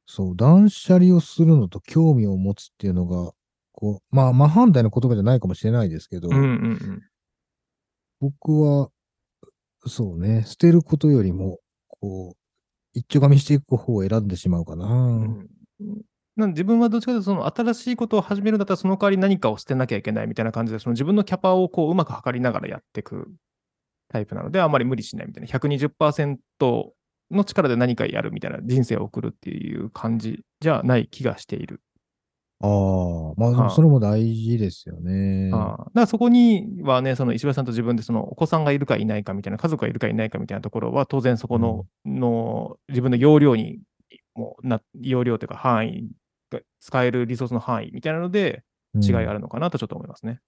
そう、断捨離をするのと興味を持つっていうのが、こう、まあ、真反対の言葉じゃないかもしれないですけど、あうんうん僕は、そうね、捨てることよりも、こう、一丁紙していく方を選んでしまうかな。うん。うんなんで自分はどっちかというと、その新しいことを始めるんだったら、その代わり何かを捨てなきゃいけないみたいな感じで、その自分のキャパをこううまく測りながらやっていくタイプなので、あんまり無理しないみたいな、120%の力で何かやるみたいな人生を送るっていう感じじゃない気がしている。ああ、まあ、ではもいそれも大事ですよね。ああだからそこにはね、その石橋さんと自分でそのお子さんがいるかいないかみたいな、家族がいるかいないかみたいなところは、当然そこの,、の自分の容量にもうな、容量というか範囲が、使えるリソースの範囲みたいなので、うん違いがあるのかなとちょっと思いますね。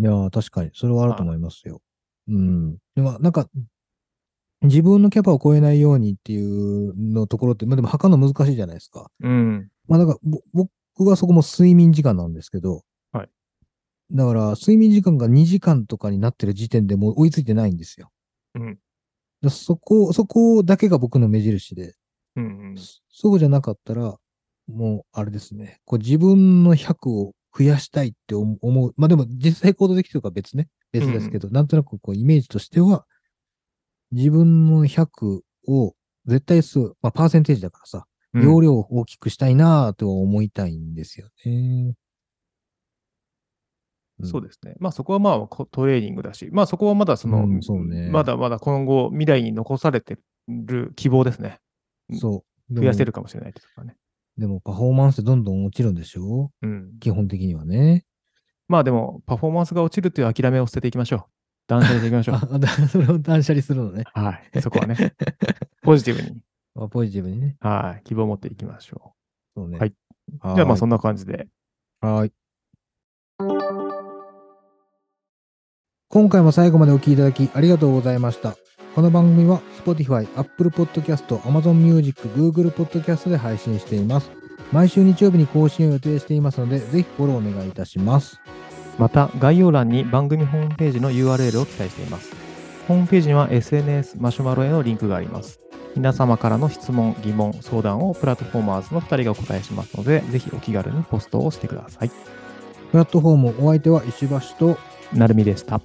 いやー、確かに、それはあると思いますよ。うん。でも、なんか、自分のキャパを超えないようにっていうのところって、まあでも測るの難しいじゃないですか。うん。まあだから、ぼ僕はそこも睡眠時間なんですけど、はい。だから、睡眠時間が2時間とかになってる時点でもう追いついてないんですよ。うんだそこ、そこだけが僕の目印で、うんうん、そうじゃなかったら、もう、あれですね。こう自分の100を増やしたいって思う。まあでも、実際行動できてるかは別ね。別ですけど、なんとなくこう、イメージとしては、自分の100を絶対数、まあ、パーセンテージだからさ、うん容量を大きくしたいなぁとは思いたいんですよね。そうですね。まあそこはまあこトレーニングだし、まあそこはまだその、うんそうねまだまだ今後未来に残されてる希望ですね。そう。で増もやせるかもしれないとかね。でも、パフォーマンスってどんどん落ちるんでしょうん。基本的にはね。まあでも、パフォーマンスが落ちるという諦めを捨てていきましょう。断捨離していき ましょう。あ、だそれを断捨離するのね。はい。そこはね、ポジティブに、まあポジティブにね。はい、希望を持っていきましょそうね。はい。はう。い。じゃあまあそんな感じで。はい。今回も最後までお聞きいただきありがとうございました。この番組は Spotify、Apple Podcast、Amazon Music、Google Podcast で配信しています。毎週日曜日に更新を予定していますので、ぜひフォローお願いいたします。また、概要欄に番組ホームページの URL を記載しています。ホームページには SNS マシュマロへのリンクがあります。皆様からの質問、疑問、相談をプラットフォーマーズの2人がお答えしますので、ぜひお気軽にポストをしてください。プラットフォームお相手は石橋と、なるみでした。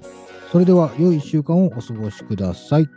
それでは良い1週間をお過ごしください。